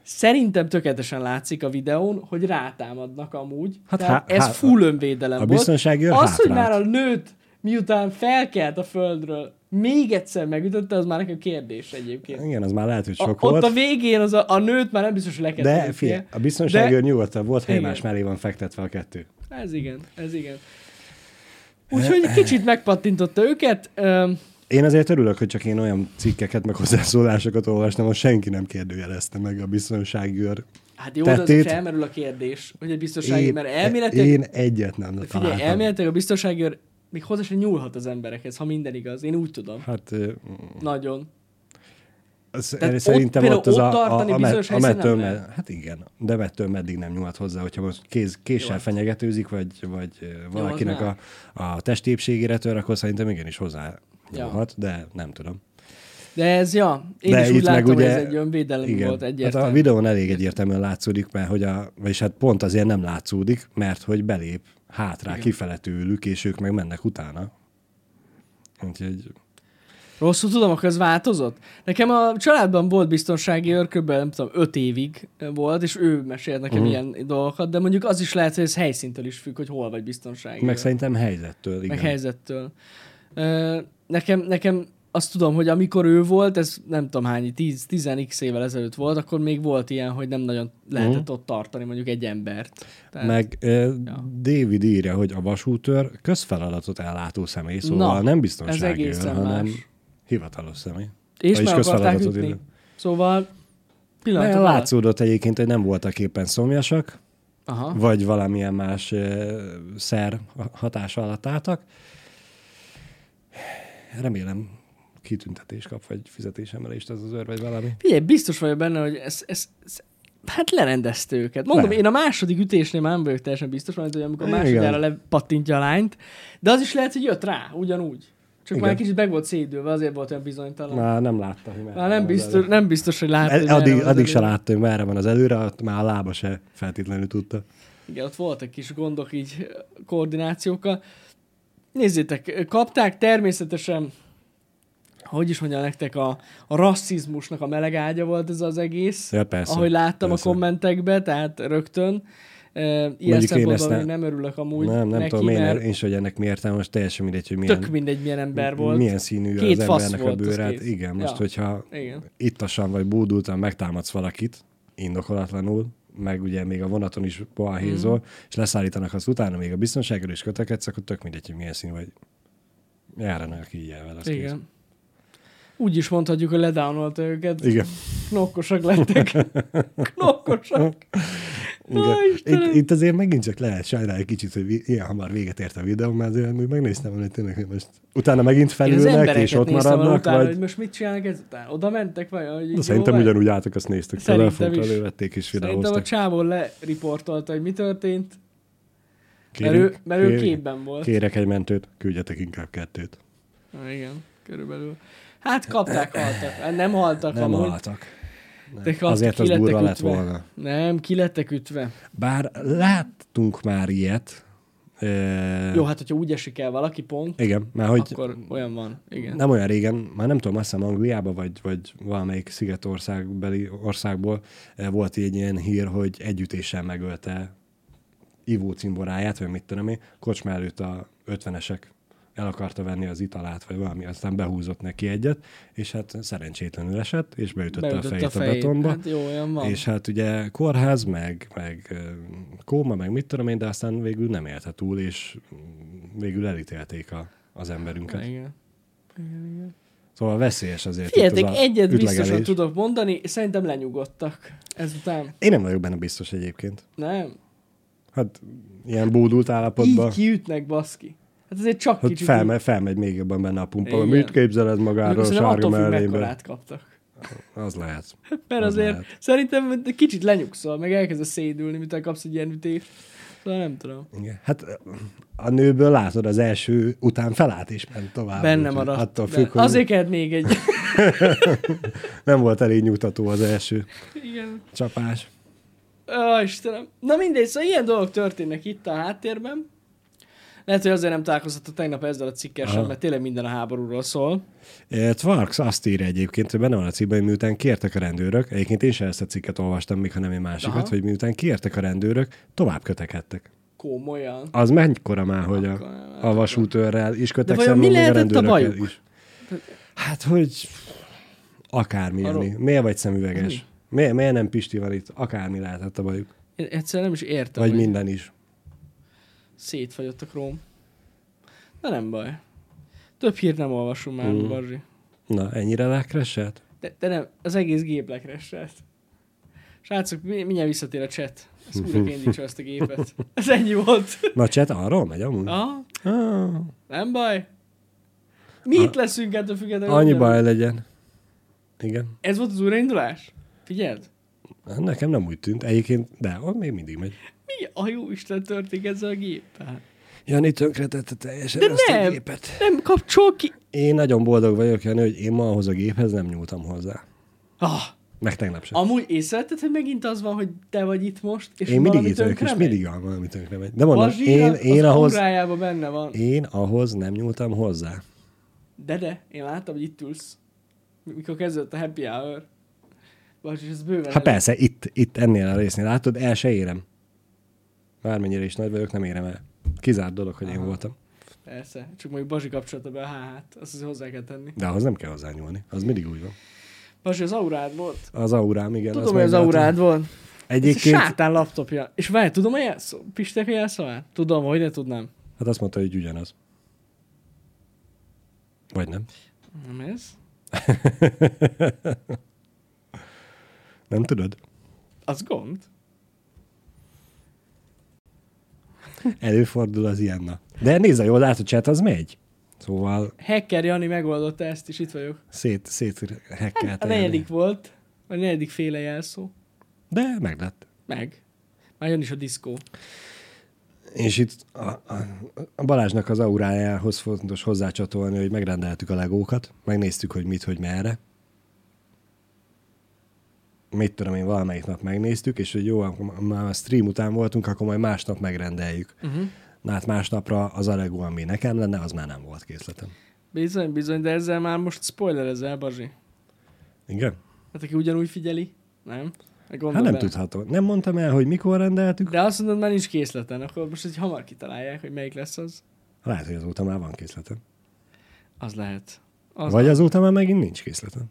Szerintem tökéletesen látszik a videón, hogy rátámadnak amúgy. Hát Hát há- ez há- full önvédelem a volt. biztonsági őr Az, hogy hátrált. már a nőt miután felkelt a földről, még egyszer megütötte, az már nekem kérdés egyébként. Igen, az már lehet, hogy A, sok ott volt. a végén az a, a nőt már nem biztos, hogy de lekezdett. figyelj, a biztonságőr nyugodtan volt, ha Igen. egymás mellé van fektetve a kettő. Ez igen, ez igen. Eh, Úgyhogy egy kicsit megpattintotta őket. Öm, Én azért örülök, hogy csak én olyan cikkeket, meg hozzászólásokat olvastam, hogy senki nem kérdőjelezte meg a biztonságőr. Hát jó, de azért Tettét. felmerül a kérdés, hogy egy biztonsági, Én- mert elméletileg, Én egyet nem találtam. figyelj, elméletileg a biztonsági őr még hozzá sem nyúlhat az emberekhez, ha minden igaz. Én úgy tudom. Hát ö, Nagyon. az, Tehát ott szerintem ott, például ott az ott a, a, tartani a, bizonyos met, a helyszínen mettől, nem med, hát igen, de mettől meddig nem nyúlhat hozzá, hogyha most kéz, késsel Jó, hát. fenyegetőzik, vagy, vagy ö, valakinek már. a, a testépségére tör, akkor szerintem igenis hozzá Ja. nyúlhat, de nem tudom. De ez, ja, én De is úgy itt meg látom, hogy ugye- ez egy önvédelem Igen. volt Hát a egyértelmű. videón elég egyértelműen látszódik, mert hogy a, vagyis hát pont azért nem látszódik, mert hogy belép hátrá, Igen. kifele tőlük, és ők meg mennek utána. Úgyhogy Rosszul tudom, akkor ez változott? Nekem a családban volt biztonsági őr, kb. nem tudom, öt évig volt, és ő mesélt Mhm. nekem uh-huh. ilyen dolgokat, de mondjuk az is lehet, hogy ez helyszíntől is függ, hogy hol vagy biztonsági meg őr. szerintem helyzettől, igen. meg helyzettől. Ö, nekem, nekem azt tudom, hogy amikor ő volt, ez nem tudom hány, 10, 10 x évvel ezelőtt volt, akkor még volt ilyen, hogy nem nagyon lehetett ott tartani mondjuk egy embert. Tehát, Mhm. Meg eh, David írja, hogy a vasútőr közfeladatot ellátó személy, szóval Na, nem ez biztonsági őr, egészen hanem más. hivatalos személy. és vagyis meg akarták közfeladatot ütni. idő. Szóval Mert pillanatok alatt. látszódott egyébként, hogy nem voltak éppen szomjasak, Aha. vagy valamilyen más eh, szer hatása alatt álltak. Remélem kitüntetés kap, vagy fizetésemelést ez az őr, vagy valami. Figyelj, biztos vagyok benne, hogy ez, ez, ez hát lerendezte őket. Mondom, Le. én a második ütésnél már nem vagyok teljesen biztos, mert hogy amikor Igen. másodjára lepattintja a lányt, de az is lehet, hogy jött rá, ugyanúgy. Csak Igen. már kicsit meg volt szédülve, azért volt olyan bizonytalan. Már, Már nem látta, hogy már merre van nem, az biztos, elő. nem biztos, hogy látta. hogy merre El- Addig, van az addig se elő. látta, hogy merre van az előre, ott már a lába se feltétlenül tudta. Igen, ott voltak kis gondok így ö, koordinációkkal. Nézzétek, ö, kapták természetesen, hogy is mondjam nektek, a, a rasszizmusnak a melegágya volt ez az egész. Ja, Szóval persze. ahogy láttam persze. a kommentekbe, tehát rögtön. Ö, Ilyen Mondjuk én szempontból ezt nem, ne- nem örülök amúgy nem, nem neki, tudom, én, mert én is, hogy ennek miért, most teljesen mindegy, hogy milyen, tök mindegy, milyen ember volt. milyen színű Két az fasz embernek a volt, az bőre. Hát kész. igen, most, Ja. hogyha Igen. ittasan vagy bódultan megtámadsz valakit, indokolatlanul, meg ugye még a vonaton is balhézol, mm. és leszállítanak azt utána még a biztonságról is kötekedsz, akkor tök mindegy, hogy milyen színű vagy. Járjanak így el vele. az kész. Igen. Úgy is mondhatjuk, hogy ledownolta őket. Igen. Knokkosak <laughs> lettek. Knokkosak. Igen. Ó, Istenem. Itt, itt azért megint csak lehet sajnálni egy kicsit, hogy vi- ilyen hamar véget ért a videó, mert azért még megnéztem, hogy tényleg hogy most utána megint Én az felülnek, embereket és ott néztem el maradnak, utána, vagy... hogy most mit csinálnak ezután. Oda mentek vajon? Hogy így De jó szerintem vagy? ugyanúgy álltak, azt néztük. Szerintem Szerintem is. is. Elővették és Szerintem a videóztak. csávó leriportolta, hogy mi történt, mert Kérünk, ő, mert ő kérjük. képben volt. Kérek egy mentőt, küldjetek inkább kettőt. Ah, igen, körülbelül. Hát kapták, haltak. Hát Nem haltak Nem amúgy. haltak. Nem. De kaptak, Azért az ki lettek durva lett ütve. volna. Nem, ki lettek ütve. Bár láttunk már ilyet. E... Jó, hát hogyha úgy esik el valaki pont, Igen, mert hogy akkor olyan van. Igen. Nem olyan régen, már nem tudom, azt hiszem Angliába, vagy, vagy valamelyik szigetországbeli országból eh, volt egy ilyen hír, hogy együttéssel megölte ivó cimboráját, vagy mit tudom én, kocsma előtt a 50-esek el akarta venni az italát, vagy valami, aztán behúzott neki egyet, és hát szerencsétlenül esett, és beütötte, a fejét a, betonba. Hát jó, olyan van. És hát ugye kórház, meg, meg ö, kóma, meg mit tudom én, de aztán végül nem élte túl, és mm, végül elítélték a, az emberünket. igen. Igen, igen. Szóval veszélyes azért. Figyeljetek, itt az a egyet biztosan ütlegelés. tudok mondani, szerintem lenyugodtak ezután. Én nem vagyok benne biztos egyébként. Nem? Hát ilyen bódult állapotban, Így kiütnek, baszki. Hát azért csak hogy kicsit felme, felmegy még jobban benne a pumpa. Igen. Igen. Mit képzeled magáról Mondjuk szerintem sárga attól függ, melléből? mekkorát kaptak. Az lehet. Mert Az azért lehet. szerintem kicsit lenyugszol, meg elkezd a szédülni, mint kapsz egy ilyen ütést. Szóval nem tudom. Igen. Hát a nőből látod az első után felállt és ment tovább. Benne úgyhogy maradt. Attól de függ, hogy Azért kellett még egy. nem volt elég nyugtató az első Igen. csapás. Ó, Istenem. Na mindegy, szóval ilyen dolgok történnek itt a háttérben. Lehet, hogy azért nem találkozhatott tegnap ezzel a cikkel sem, Aha. mert tényleg minden a háborúról szól. Eh, Tvarks azt írja egyébként, hogy benne van a cikkben, hogy miután kiértek a rendőrök, egyébként én sem ezt a cikket olvastam még, hanem egy másikat, Aha. hogy miután kiértek a rendőrök, tovább kötekedtek. Komolyan. Az mennyikora már, hogy Akkor nem a, a látom. vasútőrrel is vajon kötekszem, mi meg a lehetett a rendőrökkel bajuk? is. Hát, hogy akármi, Arról- Jani. Miért vagy szemüveges? Mi? Miért, miért nem Pisti van itt? Akármi lehetett a bajuk. Én egyszerűen nem is értem, Vagy hogy minden is. szétfagyott a króm. De nem baj. Több hírt nem olvasunk már, mm. Mm. Barzsi. Na, ennyire lekreset? De, de nem, az egész gép lekresselt. Srácok, mi- mindjárt visszatér a chat. Ezt <laughs> újra kell indítsa ezt a gépet. Ez ennyi volt. Na, cset arról megy amúgy? Aha, Ah, nem baj. Mi itt leszünk ettől függetlenül. annyi ugyanúgy. baj legyen. Igen. Ez volt az újraindulás? Figyeld? Hát Nekem nem úgy tűnt. Egyébként, de ott még mindig megy. Mi a jó Isten történik ezzel a géppel? Jani tönkretette teljesen De ezt a nem! gépet. Nem kapcsol ki! Én nagyon boldog vagyok, Jani, hogy én ma ahhoz a géphez nem nyúltam hozzá. Ah, Meg tegnap sem. amúgy észrevetted, hogy megint az van, hogy te vagy itt most, és én mindig valami itt vagyok, tönkre és megy? mindig van valami tönkre megy. De mondom, Bazsira, én, én, az ahhoz, órájában benne van. én ahhoz nem nyúltam hozzá. De de, én láttam, hogy itt ülsz. Mikor kezdődött a happy hour. Vagyis ez bőven Hát elég. persze, itt, itt ennél a résznél. Látod, el se érem. Bármennyire is nagy vagyok, nem érem el. Kizárt dolog, hogy én voltam. Persze, csak mondjuk Bazsi kapcsolta be a hát, azt azért hozzá kell tenni. De ahhoz nem kell hozzányúlni. Az mindig úgy van. Bazsi, az aurád volt. Az aurám, igen. azt Tudom, hogy az meglátom. aurád volt. Egyébként... Egyébként, Ez a sátán laptopja. És várj, tudom a jelszó? Pistek a jelszavát? Tudom, hogy ne tudnám. hát azt mondta, hogy ugyanaz. Vagy nem. Nem ez? Nem tudod? Az gond. Előfordul az ilyen. na. De nézze jól, látod, chat az megy. Szóval Hacker Jani megoldotta ezt, és itt vagyok. szét, szét Hát, a negyedik volt, a negyedik féle jelszó. De meg lett. Meg. Már jön is a diszkó. És itt a, a, a Balázsnak az aurájához fontos hozzácsatolni, hogy megrendeltük a legókat, megnéztük, hogy mit, hogy merre. Mit tudom én, valamelyik nap megnéztük, és hogy jó, akkor már a stream után voltunk, akkor majd másnap megrendeljük. Uh-huh. Na hát másnapra az a legó, ami nekem lenne, az már nem volt készletem. Bizony, bizony, de ezzel már most spoilerezel, Bazsi. Igen? Hát aki ugyanúgy figyeli, nem? Gondolj Hát nem bele. tudhatom. Nem mondtam el, hogy mikor rendeltük. De azt mondod, már nincs készleten, akkor most egy hamar kitalálják, hogy melyik lesz az. Lehet, hogy azóta már van készletem. Az lehet. Az Az Vagy azóta már megint nincs készletem.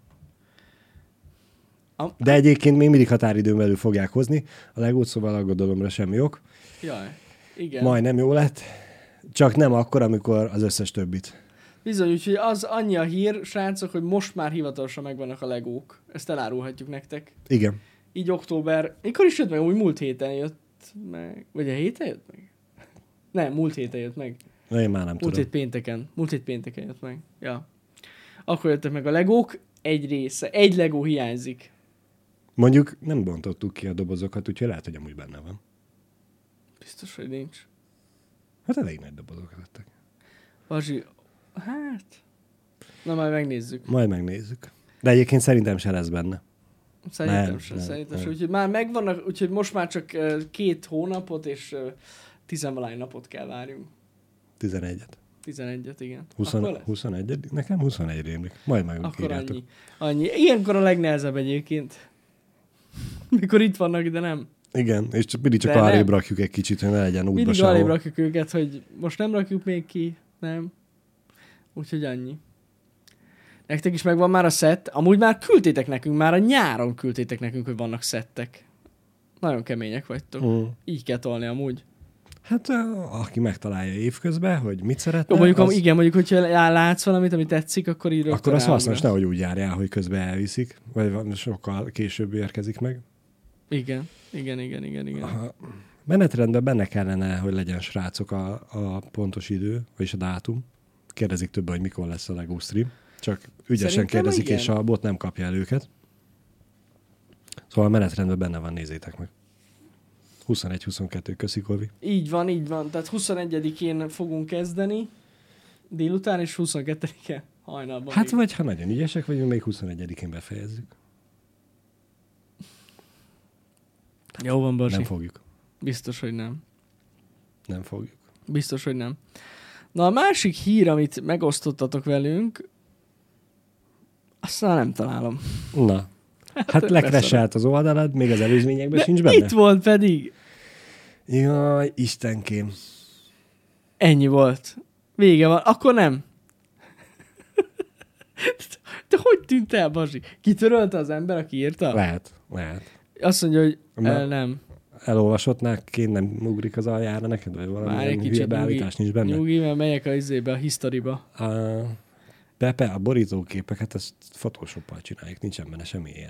Am- De egyébként még mindig határidőn belül fogják hozni. A legót szóval aggodalomra semmi ok. Jaj, igen. Igen. Majdnem jó lett. Csak nem akkor, amikor az összes többit. Bizony, úgyhogy az annyi a hír, srácok, hogy most már hivatalosan megvannak a legók. Ezt elárulhatjuk nektek. Igen. Így október... Mikor is jött meg? Úgy múlt héten jött meg. Vagy a héten jött meg? Nem, múlt héten jött meg. Na, én már nem Múlt tudom. hét pénteken. Múlt hét pénteken jött meg. Ja. Akkor jöttek meg a legók, egy része. Egy legó hiányzik. Mondjuk nem bontottuk ki a dobozokat, úgyhogy lehet, hogy amúgy benne van. Biztos, hogy nincs. Hát elég nagy dobozok lettek. Bazsi, hát... Na már megnézzük. Majd megnézzük. De egyébként szerintem se lesz benne. Szerintem nem, Nem, sem, nem, nem, szerintem sem. nem. Úgyhogy már megvannak, úgyhogy most már csak ö, két hónapot és ö, tizenvalány napot kell várjunk. 11-et. 11-et, igen. 20, Akkor, lesz? 21 Nekem 21 rémlik. Majd meg Akkor írjátok. annyi. annyi. Ilyenkor a legnehezebb egyébként. Mikor itt vannak, de nem. Igen, és csak mindig csak De nem. arrébb rakjuk egy kicsit, hogy ne legyen útba Mindig arrébb sehol. rakjuk őket, hogy most nem rakjuk még ki, nem. Úgyhogy annyi. Nektek is megvan már a szett. Amúgy már küldtétek nekünk, már a nyáron küldtétek nekünk, hogy vannak szettek. Nagyon kemények vagytok. Mm. Így kell tolni amúgy. Hát ö, aki megtalálja évközben, hogy mit szeretne, Jó, mondjuk, az... az, igen, mondjuk, hogyha lá- látsz valamit, ami tetszik, akkor így rögtön akkor az ráugrasz. hasznos, nehogy úgy járjál, hogy közben elviszik, vagy van- sokkal később érkezik meg. Igen, igen, igen, igen, igen. A menetrendben benne kellene, hogy legyen srácok a, a pontos idő, vagyis a dátum. Kérdezik többen, hogy mikor lesz a LEGO stream. Csak ügyesen Szerintem kérdezik, igen. és a bot nem kapja el őket. Szóval a menetrendben benne van, nézzétek meg. 21-22, köszi Kovi. Így van, így van. Tehát 21-én fogunk kezdeni, délután, és 22-e hajnalban. Hát még. vagy, ha nagyon ügyesek vagyunk, még 21-én befejezzük. Jó van, Barsi. Nem Nem fogjuk. Biztos, hogy nem. Nem fogjuk. Biztos, hogy nem. Na, a másik hír, amit megosztottatok velünk, azt már nem találom. Na. Hát lekreselt az oldalad, még az előzményekben De sincs benne. itt volt pedig. Jaj, Istenkém. Ennyi volt. Vége van. Akkor nem. <laughs> De hogy tűnt el, Bazsi? Kitörölte az ember, aki írta? Lehet, lehet. Azt mondja, hogy Na. el, nem. Elolvasottnál kéne nem ugrik az aljára neked, vagy valami Várj egy ilyen hülye kicsit, beállítás nincs benne? Nyugi, mert megyek a izébe, a historiba. A Pepe, a borítóképeket, ezt photoshoppal csináljuk, nincsen benne semmi AI.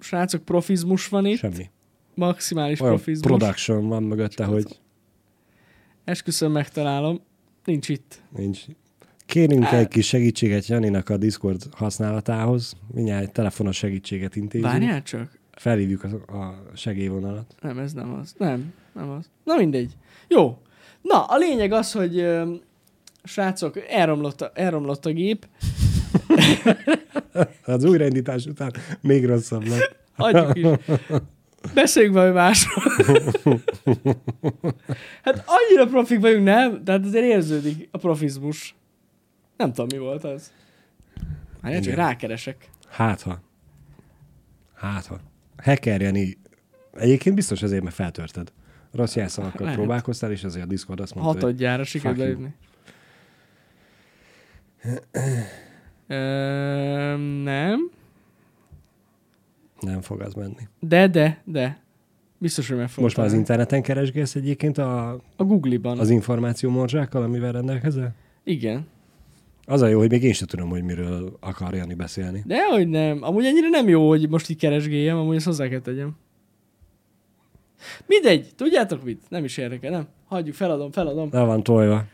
Srácok, profizmus van itt. Semmi. Maximális Olyan profizmus. production van mögötte, hogy Esküszöm, megtalálom. Nincs itt. nincs. Kérünk egy kis segítséget Janinak a Discord használatához. Mindjárt egy telefonos segítséget intézünk. Várjál csak. Felhívjuk a, a segélyvonalat. Nem, ez nem az. Nem, nem az. Na mindegy. Jó. Na, a lényeg az, hogy ö, srácok, elromlott a, elromlott a gép. Az újraindítás után még rosszabb lett. Adjuk <laughs> is. Beszéljünk valami másról. <laughs> hát annyira profik vagyunk, nem? Tehát azért érződik a profizmus. Nem tudom, mi volt az. Hát csak Igen. rákeresek. Hátha. Hátha. Hacker Jani. Hát, Egyébként biztos azért, mert feltörted. Rossz jelszavakkal Lehet. Hát, próbálkoztál, és azért a Discord azt mondta, hogy Hatodjára Fuck sikerült you. beütni. Ö, nem. Nem fog az menni. De, de, de. Biztos, hogy meg fogom Most már az találni. interneten keresgélsz egyébként a, A Google-ban. az információ morzsákkal, amivel rendelkezel? Igen. Az a jó, hogy még én sem tudom, hogy miről akar Jani beszélni. De hogy nem. Amúgy ennyire nem jó, hogy most így keresgéljem, amúgy ezt hozzá kell tegyem. Mindegy, tudjátok mit? Nem is érdekel, nem? Hagyjuk, feladom, feladom. Le van tolva.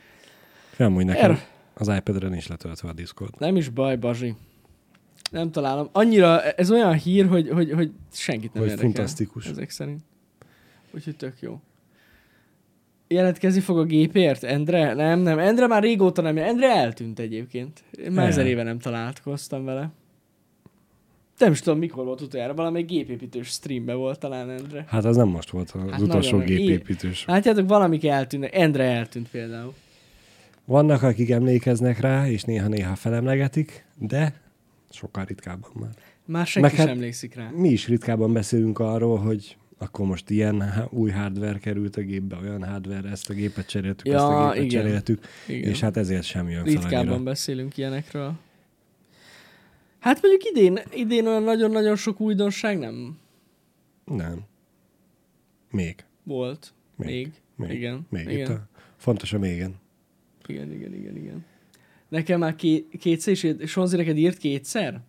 Nem úgy nekem. Erre. Az iPad-re nincs letöltve a Discord. Nem is baj, Bazsi. Nem találom. Annyira, ez olyan hír, hogy, hogy, hogy senkit nem Hogy érdekel. fantasztikus. Ezek szerint. Úgyhogy tök jó. Jelentkezni fog a gépért, Endre? Nem, nem. Endre már régóta nem. jel- Endre eltűnt egyébként. Én már El. ezer éve nem találkoztam vele. Nem is tudom, mikor volt utoljára. Valami gépépítős streambe volt talán Endre. Hát az nem most volt az Hát hát utolsó nagyon- gépépítős. Látjátok, valamik eltűnnek. Endre eltűnt például. Vannak, akik emlékeznek rá, és néha-néha felemlegetik, de sokkal ritkábban már. Már senki Meg sem hát- emlékszik rá. Mi is ritkábban beszélünk arról, hogy akkor most ilyen há- új hardware került a gépbe, olyan hardware, ezt a gépet cseréltük, Ja, ezt a gépet igen. cseréltük, Igen. és hát ezért sem jön fel Ritkábban annyira. beszélünk ilyenekről. Hát mondjuk idén, idén olyan nagyon-nagyon sok újdonság nem Nem. Még. volt. Még. Még. Még. Még. Igen. Még igen. Itt a... Fontos a mégen. igen, igen, igen, igen. Nekem már ké- kétszer, és Sonzi neked írt kétszer?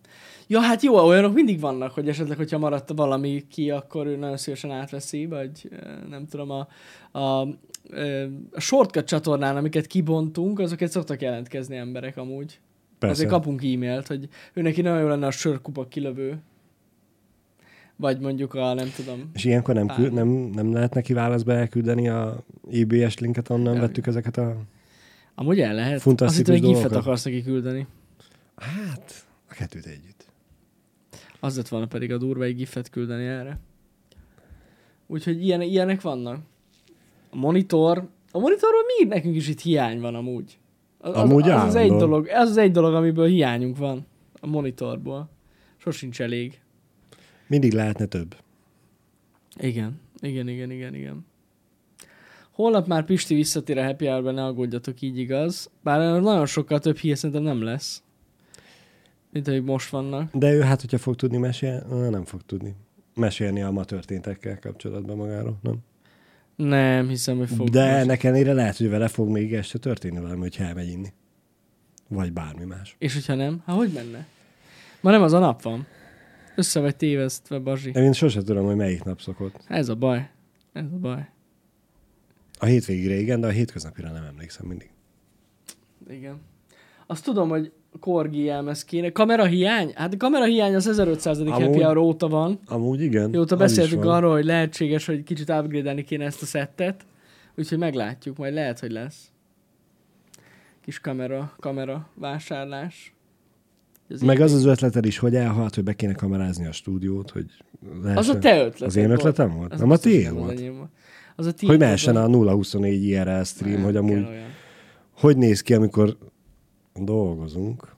Ja, hát jó, olyanok mindig vannak, hogy esetleg, hogyha maradt valami ki, akkor ő nagyon szívesen átveszi, vagy eh, nem tudom, a, a, eh, a shortcut csatornán, amiket kibontunk, azokat szoktak jelentkezni emberek amúgy. Persze. Persze. Azért Kap... kapunk e-mailt, hogy ő neki nagyon jó lenne a sörkupa kilövő. Vagy mondjuk a, nem tudom. És ilyenkor nem, Pár. küld, nem, nem lehet neki válaszba elküldeni a EBS linket, onnan Ja. vettük ezeket a... Amúgy el lehet. Azt Fantasztikus hittem, hogy gifet dolgokat. akarsz neki küldeni. Hát, a kettőt együtt. Az lett volna pedig a durva egy gifet küldeni erre. Úgyhogy ilyen, ilyenek vannak. A monitor. A monitorról még nekünk is itt hiány van amúgy. Az, az- Amúgy az, az, egy állandóan. dolog, ez az egy dolog, amiből hiányunk van. A monitorból. Sosincs elég. Mindig lehetne több. Igen, igen, igen, igen, igen. Holnap már Pisti visszatér a Happy hour ne aggódjatok, így igaz. Bár nagyon sokkal több hír szerintem nem lesz, mint ahogy most vannak. De ő hát, hogyha fog tudni mesélni, nem fog tudni mesélni a ma történtekkel kapcsolatban magáról, nem? Nem hiszem, hogy fog. De most. ennek ellenére lehet, hogy vele fog még este történni valami, hogy elmegy inni. Vagy bármi más. És hogyha nem, hát hogy menne? Ma nem az a nap van. Össze vagy tévesztve, Bazsi. Én sose tudom, hogy melyik nap szokott. Ez a baj. Ez a baj. A hétvégére igen, de a hétköznapira nem emlékszem mindig. Igen. Azt tudom, hogy Korgi jelmez kéne. Kamera hiány? Hát a kamera hiány az 1500. Happy Amúgy- Hour óta van. Amúgy igen. Jóta az is beszéltünk van. arról, hogy lehetséges, hogy kicsit upgrade kéne ezt a szettet, úgyhogy meglátjuk, majd lehet, hogy lesz. Kis kamera, kamera vásárlás. Ez Meg így- az az ötleted is, hogy elhalt, hogy be kéne kamerázni a stúdiót, hogy lehessen... az a te ötleted Az én volt. ötletem volt? Az nem, a biztos tiéd nem az volt. enyém volt. Az a tiéd volt, Hogy mehessen az- a 024 IRL stream, Nem hogy kell amúgy olyan. hogy néz ki, amikor dolgozunk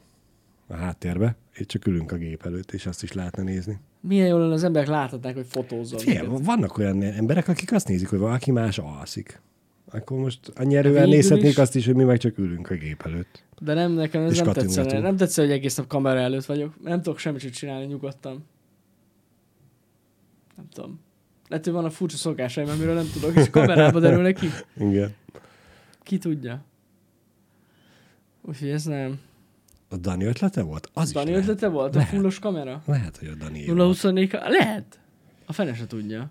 a háttérbe, és csak ülünk a gép előtt, és azt is lehetne nézni. Milyen jól lenne, az emberek láthatnák, hogy fotózol. Fél, minket. vannak olyan emberek, akik azt nézik, hogy valaki más alszik. Akkor most annyi erővel Hát Végül nézhetnék is. azt is, hogy mi meg csak ülünk a gép előtt. De nem, nekem ez És nem kattingatunk. tetszene. Nem tetszene, hogy egész nap kamera előtt vagyok. Nem tudok semmit sem csinálni nyugodtan. Nem tudom. Lehet, hogy van a furcsa szokásaim, amiről nem tudok, és kamerába derülnek ki. Igen. Ki tudja? Úgyhogy ez nem. A Dani ötlete volt? Az Dani is lehet. ötlete volt a Lehet. fullos kamera? Lehet, hogy a Dani. 024 ka- Lehet. A fene se tudja.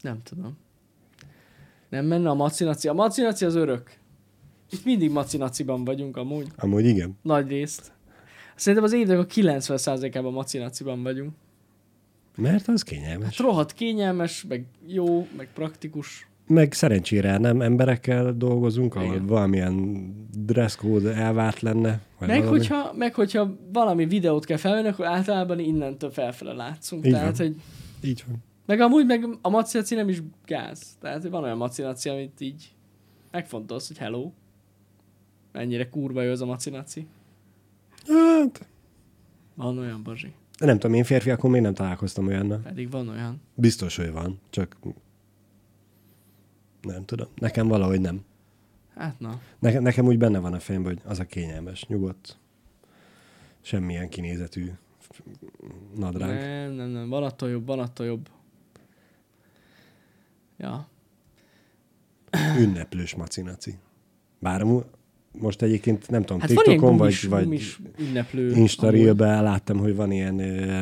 Nem tudom. Nem menne a macinaci. A macinaci az örök. Itt mindig macinaciban vagyunk amúgy. Amúgy igen. Nagy részt. Szerintem az évnek a 90%-ában macinaciban vagyunk. Mert az Hát kényelmes. rohadt kényelmes, meg jó, meg praktikus. Meg szerencsére nem emberekkel dolgozunk, ahol Igen. valamilyen dresscode elvárt lenne. Vagy Meg valami. hogyha, meg hogyha valami videót kell felvenni, akkor általában innentől felfele látszunk. Így Tehát, van. hogy Így van. meg amúgy meg a macinaci nem is gáz. Tehát hogy van olyan macinaci, amit így megfontolsz, hogy hello. Mennyire kurva jó az a macinaci. Hát, Van olyan, Bazsi. nem tudom, én férfiakon még nem találkoztam olyannal. Pedig van olyan. Biztos, hogy van, csak nem tudom. Nekem valahogy nem. Hát na. Nekem, nekem úgy benne van a fejemben, hogy az a kényelmes, nyugodt, semmilyen kinézetű nadrág. Ne. Nem, nem, nem. Van attól jobb, van attól jobb. Ja. Ünneplős macinaci. Bár amú- most egyébként nem tudom, Hát hát van ilyen TikTokon gumis, vagy, vagy, vagy gumis ünneplő. Insta amúgy. Reelben láttam, hogy van ilyen ö,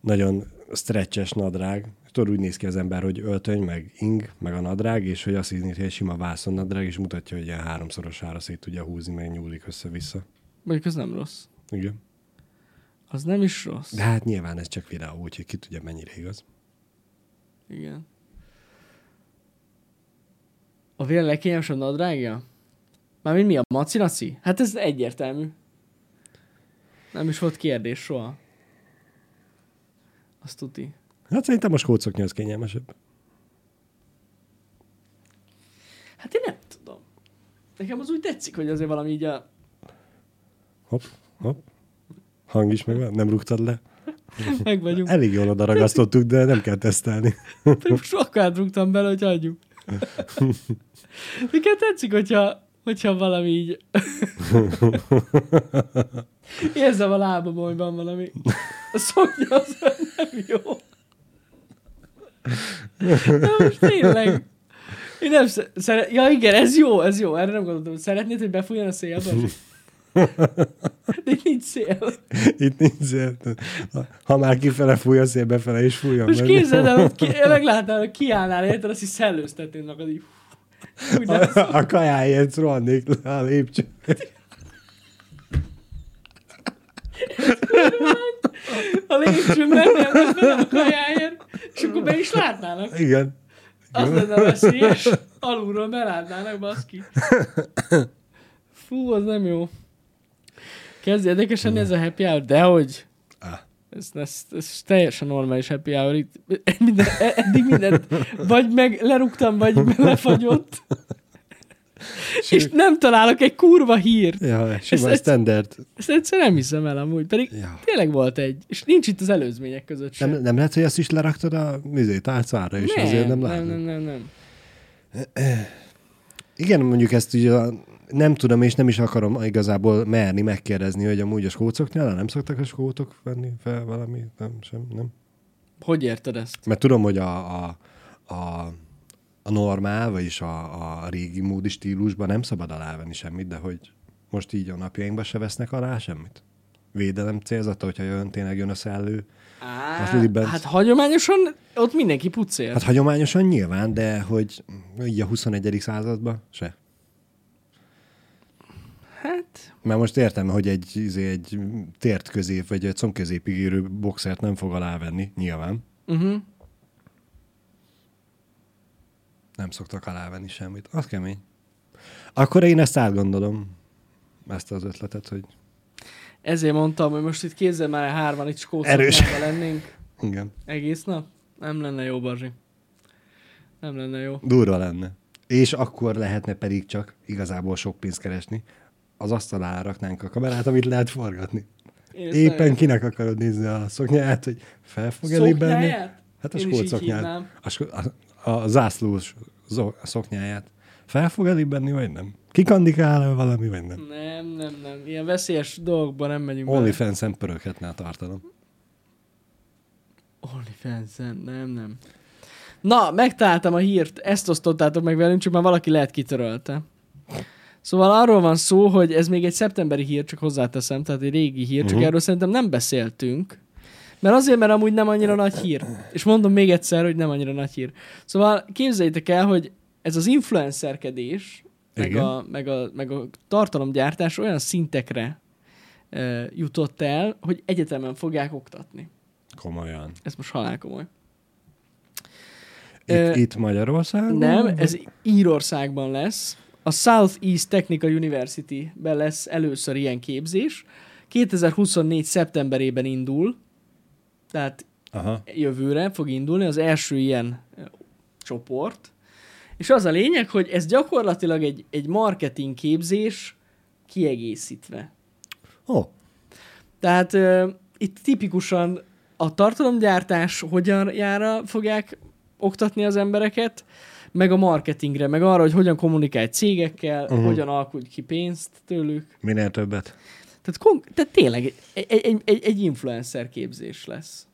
nagyon stretches nadrág. Tudod, úgy néz ki az ember, hogy öltöny, meg ing, meg a nadrág, és hogy azt hinni, hogy egy sima vászon nadrág, és mutatja, hogy ilyen háromszorosára szét tudja húzni, meg nyúlik össze-vissza. Mondjuk az nem rossz. Igen. Az nem is rossz. De hát nyilván ez csak videó, úgyhogy ki tudja, mennyire igaz. Igen. A vér legkényelmesebb nadrágja? Mármint mi a macinaci? Hát ez egyértelmű. Nem is volt kérdés soha. Azt tuti. Hát szerintem most kócokni az kényelmesebb. Hát én nem tudom. Nekem az úgy tetszik, hogy azért valami így a... <clears throat> Hopp, hopp. Hang is meg, van, nem rúgtad le. Meg vagyunk. Elég jól odaragasztottuk, de nem kell tesztelni. <laughs> Pedig most sokkal átrúgtam bele, hogy hagyjuk. Nekem tetszik, hogyha, hogyha valami így... Érzem a lábamon, hogy van valami. A szoknya az nem jó. De most tényleg. Én nem sze- szere... Ja igen, ez jó, ez jó. Erre nem gondoltam. hogy Szeretnéd, hogy befújjon a szél? Balázs? De itt nincs szél. Itt nincs szél. Ha már kifele fúj, a szél befele is fújjon. Most meg. képzeld el, hogy ki, meglátnál, hogy kiállnál, érted, azt is szellőztetnéd magad így. Úgy nem A, a kajáért rohannék le a lépcső. a lépcsőn mennél fel a kajáért, és akkor be is látnának. Igen. Az lenne veszélyes, alulról belátnának, baszki. Fú, az nem jó. Kezd érdekesen ez a happy hour, dehogy. Ah. Ez, ez, ez teljesen normális happy hour. Itt minden, e, eddig mindent vagy meg lerúgtam, vagy lefagyott. És nem találok egy kurva hírt. Ja, sima Ez- ez, ez- standard. Ezt egyszerűen nem hiszem el amúgy, pedig Ja. tényleg volt egy, és nincs itt az előzmények között sem. Nem, nem lehet, hogy ezt is leraktad a műzé tárcára, és nem, azért nem nem, látod. nem, nem, nem. Igen, mondjuk ezt ugye a- nem tudom, és nem is akarom igazából merni megkérdezni, hogy amúgy a skócoknál nem szoktak a skótok venni fel valami, nem, sem, nem. Hogy érted ezt? Mert tudom, hogy a, a, a, a normál, vagyis a, a régi módi stílusban nem szabad alávenni semmit, de hogy most így a napjainkban se vesznek alá semmit. Védelem célzata, hogyha jön, tényleg jön a szellő. Á, Az Lili Benz. hát hagyományosan ott mindenki pucér. Hát Hát, hagyományosan nyilván, de hogy így a 21. században se. hát Mert most értem, hogy egy, izé, egy tért közép, vagy egy combközépig érő boxert nem fog alávenni, nyilván. uh-huh. Nem szoktak alávenni semmit. Az kemény. Akkor én ezt átgondolom, ezt az ötletet, hogy ezért mondtam, hogy most itt kézzel már el hárman itt Erős. skószaknában lennénk igen, egész nap. Nem lenne jó, Barzsi. Nem lenne jó. durva lenne. És akkor lehetne pedig csak igazából sok pénzt keresni. Az asztalára raknánk a kamerát, amit lehet forgatni. Én ezt Éppen nagyon- kinek akarod nézni a szoknyáját, hogy fel fog elé benni? Szoknyáját? Hát a Én is skót így szoknyát. hívnám. A, sko- a, a zászlós zo- szoknyáját. Fel fog elé benni, vagy nem? Kikandikál el valami, vagy nem? Nem, nem, nem. Ilyen veszélyes dolgokban nem megyünk bele. OnlyFans-en pöröghetne a tartalom. onlyfans nem, nem. Na, megtaláltam a hírt, ezt osztottátok meg velünk, csak már valaki lehet kitörölte. Szóval arról van szó, hogy ez még egy szeptemberi hír, csak hozzáteszem, tehát egy régi hír, csak uh-huh. Mhm. erről szerintem nem beszéltünk. Mert azért, mert amúgy nem annyira nagy hír. És mondom még egyszer, hogy nem annyira nagy hír. Szóval képzeljétek el, hogy ez az influencerkedés, meg Igen. a, meg, a, meg a tartalomgyártás olyan szintekre e, jutott el, hogy egyetemen fogják oktatni. Komolyan. Ez most halálkomoly. Itt, Ö, itt Magyarországon? Nem, ez Írországban lesz. A Southeast Technical University-ben lesz először ilyen képzés. 2024. szeptemberében indul, tehát Aha. jövőre fog indulni az első ilyen ö, csoport. És az a lényeg, hogy ez gyakorlatilag egy, egy marketing képzés kiegészítve. Ó, oh, Tehát uh, itt tipikusan a tartalomgyártás hogyan jára fogják oktatni az embereket, meg a marketingre, meg arra, hogy hogyan kommunikálj cégekkel, Mhm. uh-huh. hogyan alkudj ki pénzt tőlük. Minél többet. Tehát, kon- tehát tényleg egy, egy, egy, egy influencer képzés lesz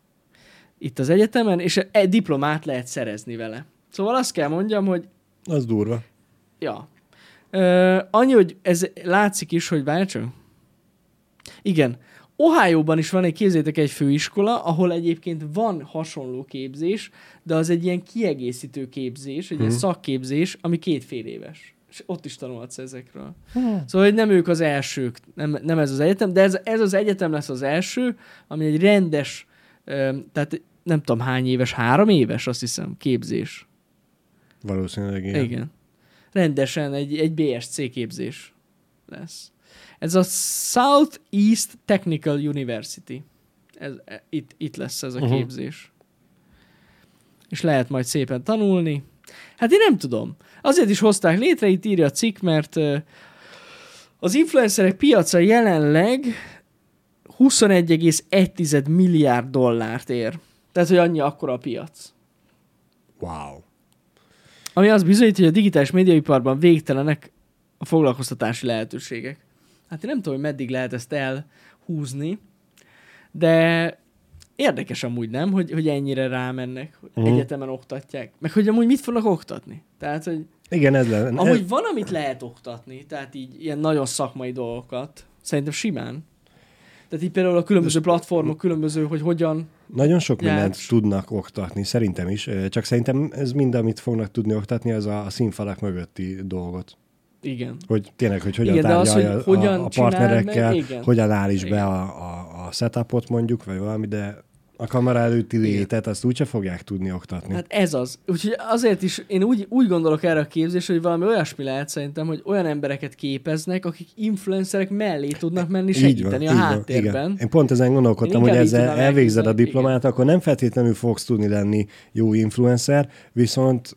itt az egyetemen, és egy diplomát lehet szerezni vele. Szóval azt kell mondjam, hogy Az durva. ja. Ö, annyi, hogy ez látszik is, hogy várcsó. Igen. Ohio-ban is van egy, képzétek, egy főiskola, ahol egyébként van hasonló képzés, de az egy ilyen kiegészítő képzés, egy ilyen Mhm. szakképzés, ami két fél éves. És ott is tanulhatsz ezekről. Szóval hogy nem ők az elsők, nem, nem ez az egyetem, de ez, ez az egyetem lesz az első, ami egy rendes, öm, tehát nem tudom hány éves, három éves azt hiszem, képzés. Valószínűleg igen. Igen. Igen. Rendesen egy, egy BSC képzés lesz. Ez a Southeast Technical University. Ez, e- itt, itt lesz ez a Aha. képzés. És lehet majd szépen tanulni. Hát én nem tudom. Azért is hozták létre, itt írja a cikk, mert ö, az influencerek piaca jelenleg 21,1 milliárd dollárt ér. Tehát, hogy annyi akkora a piac. Wow. Ami azt bizonyít, hogy a digitális médiaiparban végtelenek a foglalkoztatási lehetőségek. Hát én nem tudom, hogy meddig lehet ezt elhúzni, de érdekes amúgy nem, hogy, hogy ennyire rámennek, hogy Mhm. egyetemen oktatják, meg hogy amúgy mit fognak oktatni. Tehát, hogy Igen, ez lenne. amúgy van, amit lehet oktatni, tehát így ilyen nagyon szakmai dolgokat, szerintem simán. Tehát így például a különböző platformok, különböző, hogy hogyan Nagyon sok Járts. mindent tudnak oktatni, szerintem is. Ö, Csak szerintem ez mind, amit fognak tudni oktatni, az a, a színfalak mögötti dolgot. igen. Hogy tényleg, hogy hogyan Igen, de az, hogy tárgyalja a- hogyan a, a csináld partnerekkel, meg, igen. hogyan áll is be Igen. a, a, a setupot mondjuk, vagy valami, de a kamera előtti létet azt úgyse fogják tudni oktatni. Hát ez az. Úgyhogy azért is én úgy, úgy gondolok erre a képzésre, hogy valami olyasmi lehet szerintem, hogy olyan embereket képeznek, akik influencerek mellé tudnak menni segíteni a így háttérben. igen. Én pont ezen gondolkodtam, Én hogy inkább így ezzel tudnám elvégzed a elképzelni, diplomát, akkor nem feltétlenül fogsz tudni lenni jó influencer, viszont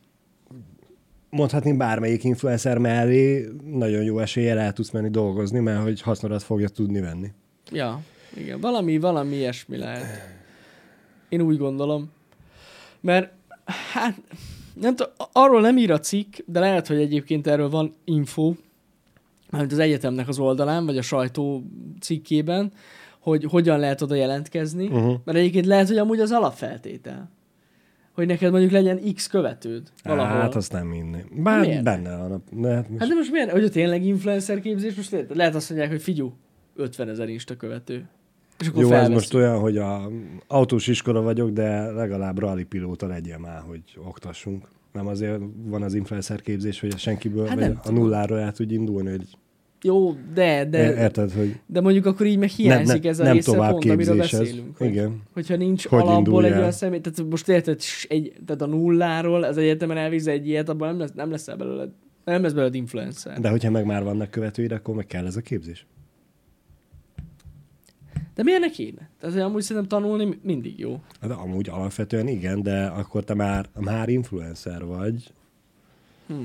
mondhatni bármelyik influencer mellé nagyon jó eséllyel el tudsz menni dolgozni, mert hogy hasznodat fogja tudni venni. Ja, igen. Valami, valami ilyesmi lehet. Én úgy gondolom. Mert, hát, nem tudom, a- arról nem ír a cikk, de lehet, hogy egyébként erről van info, mármint az egyetemnek az oldalán, vagy a sajtó cikkében, hogy hogyan lehet oda jelentkezni. Uh-huh. Mert egyébként lehet, hogy amúgy az alapfeltétel. Hogy neked mondjuk legyen X követőd valahol. Hát azt nem minden. Bár Miért? benne van. a- De hát hát most, de most miért? Hogy tényleg influencer képzés? Most lehet, lehet azt mondják, hogy figyú, 50 ezer Insta követő. És akkor jó, ez felveszik. most olyan, hogy a autós iskola vagyok, de legalább rallipilóta legyen már, hogy oktassunk. Nem azért van az influencer képzés, hogy senkiből Hát hát nem vagy a tudom. nulláról el tudj indulni, hogy Jó, de, de, De... Érted, hogy de mondjuk akkor így meg hiányzik ez a nem része tovább pont, amiről képzés ez. beszélünk. Hogy, Igen. hogyha nincs Hogy hogy alapból indulj egy el? olyan személy, tehát most érted, s- egy, tehát a nulláról az egyetemen elvégz egy ilyet, abban nem, lesz, nem leszel belőled, nem lesz belőled influencer. De hogyha meg már vannak követőid, akkor meg kell ez a képzés. De miért ne kéne? Tehát hogy amúgy szerintem tanulni mindig jó. Hát amúgy alapvetően igen, de akkor te már, már influencer vagy, Hm.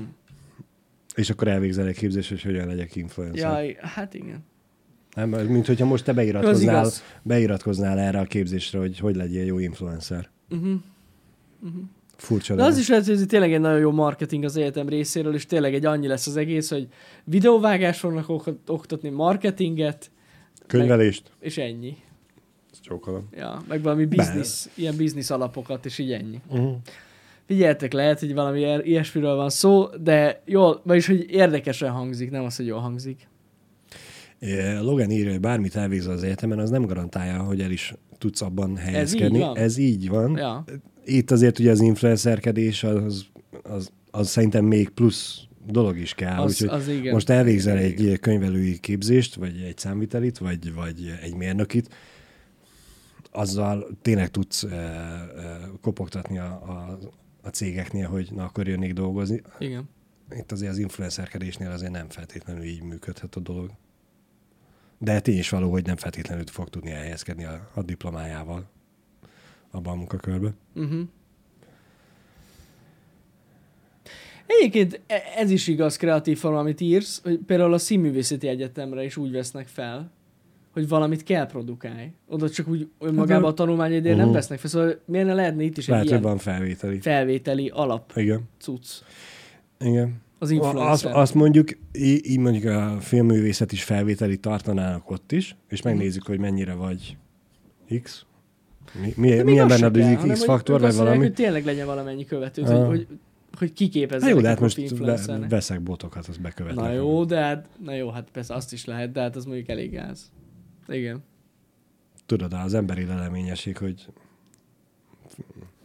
és akkor elvégzel egy képzést, hogy hogyan legyek influencer. Jaj, hát igen. Nem, mint hogyha most te Az beiratkoznál, igaz. beiratkoznál erre a képzésre, hogy hogy legyél jó influencer. Uh-huh. Furcsa De lenne. az is lehet, hogy ez tényleg egy nagyon jó marketing az egyetem részéről, és tényleg egy annyi lesz az egész, hogy videóvágás fognak ok- oktatni, marketinget, Könyvelést. és ennyi. Ezt Csókolom. Ja, meg valami Bár- biznisz, ilyen biznisz alapokat, és így ennyi. Uh-huh. Figyeljetek, lehet, hogy valami ilyen- ilyesmiről van szó, de jól, vagyis, hogy érdekesen hangzik, nem az, hogy jól hangzik. Logan írja, hogy bármit elvégzel az egyetemen, az nem garantálja, hogy el is tudsz abban helyezkedni. van? Ez így van. Ja, itt azért ugye az influencerkedés az, az, az szerintem még plusz dolog is kell. az, úgyhogy az igen. most elvégzel Igen, egy könyvelői képzést, vagy egy számvitelit, vagy, vagy egy mérnökit, azzal tényleg tudsz e, e, kopogtatni a, a, a cégeknél, hogy na akkor jönnék dolgozni. igen. Itt azért az influencerkedésnél azért nem feltétlenül így működhet a dolog. De tény is való, hogy nem feltétlenül fog tudni elhelyezkedni a, a diplomájával abban a munkakörben. Uh-huh. Egyébként e- ez is igaz kreatív forma, amit írsz, hogy például a színművészeti egyetemre is úgy vesznek fel, hogy hogy valamit kell produkálni. Oda csak úgy önmagában a tanulmányidén nem Mhm. vesznek fel, szóval miért ne lehetne itt is egy Lehet, ilyen hogy van felvételi. felvételi alap Igen. cucc. Igen. Az Azt, influencer. azt mondjuk, í- így mondjuk a filmművészet is felvételi tartanának ott is, Mhm. és megnézzük, hogy mennyire vagy X. Mi, mi, De még milyen az se benned kell, az hanem, X hogy faktor, ők vagy azt mondják, valami? Hogy tényleg legyen valamennyi követő, Ah. hogy, hogy, hogy Na kiképezzenek jó, de a hát profi most ve- influencernek. veszek botokat, az bekövetlek. Na jó, de hát, na jó, hát persze azt is lehet, de hát az mondjuk elég gáz. Igen. Tudod, az emberi leleményesség, hogy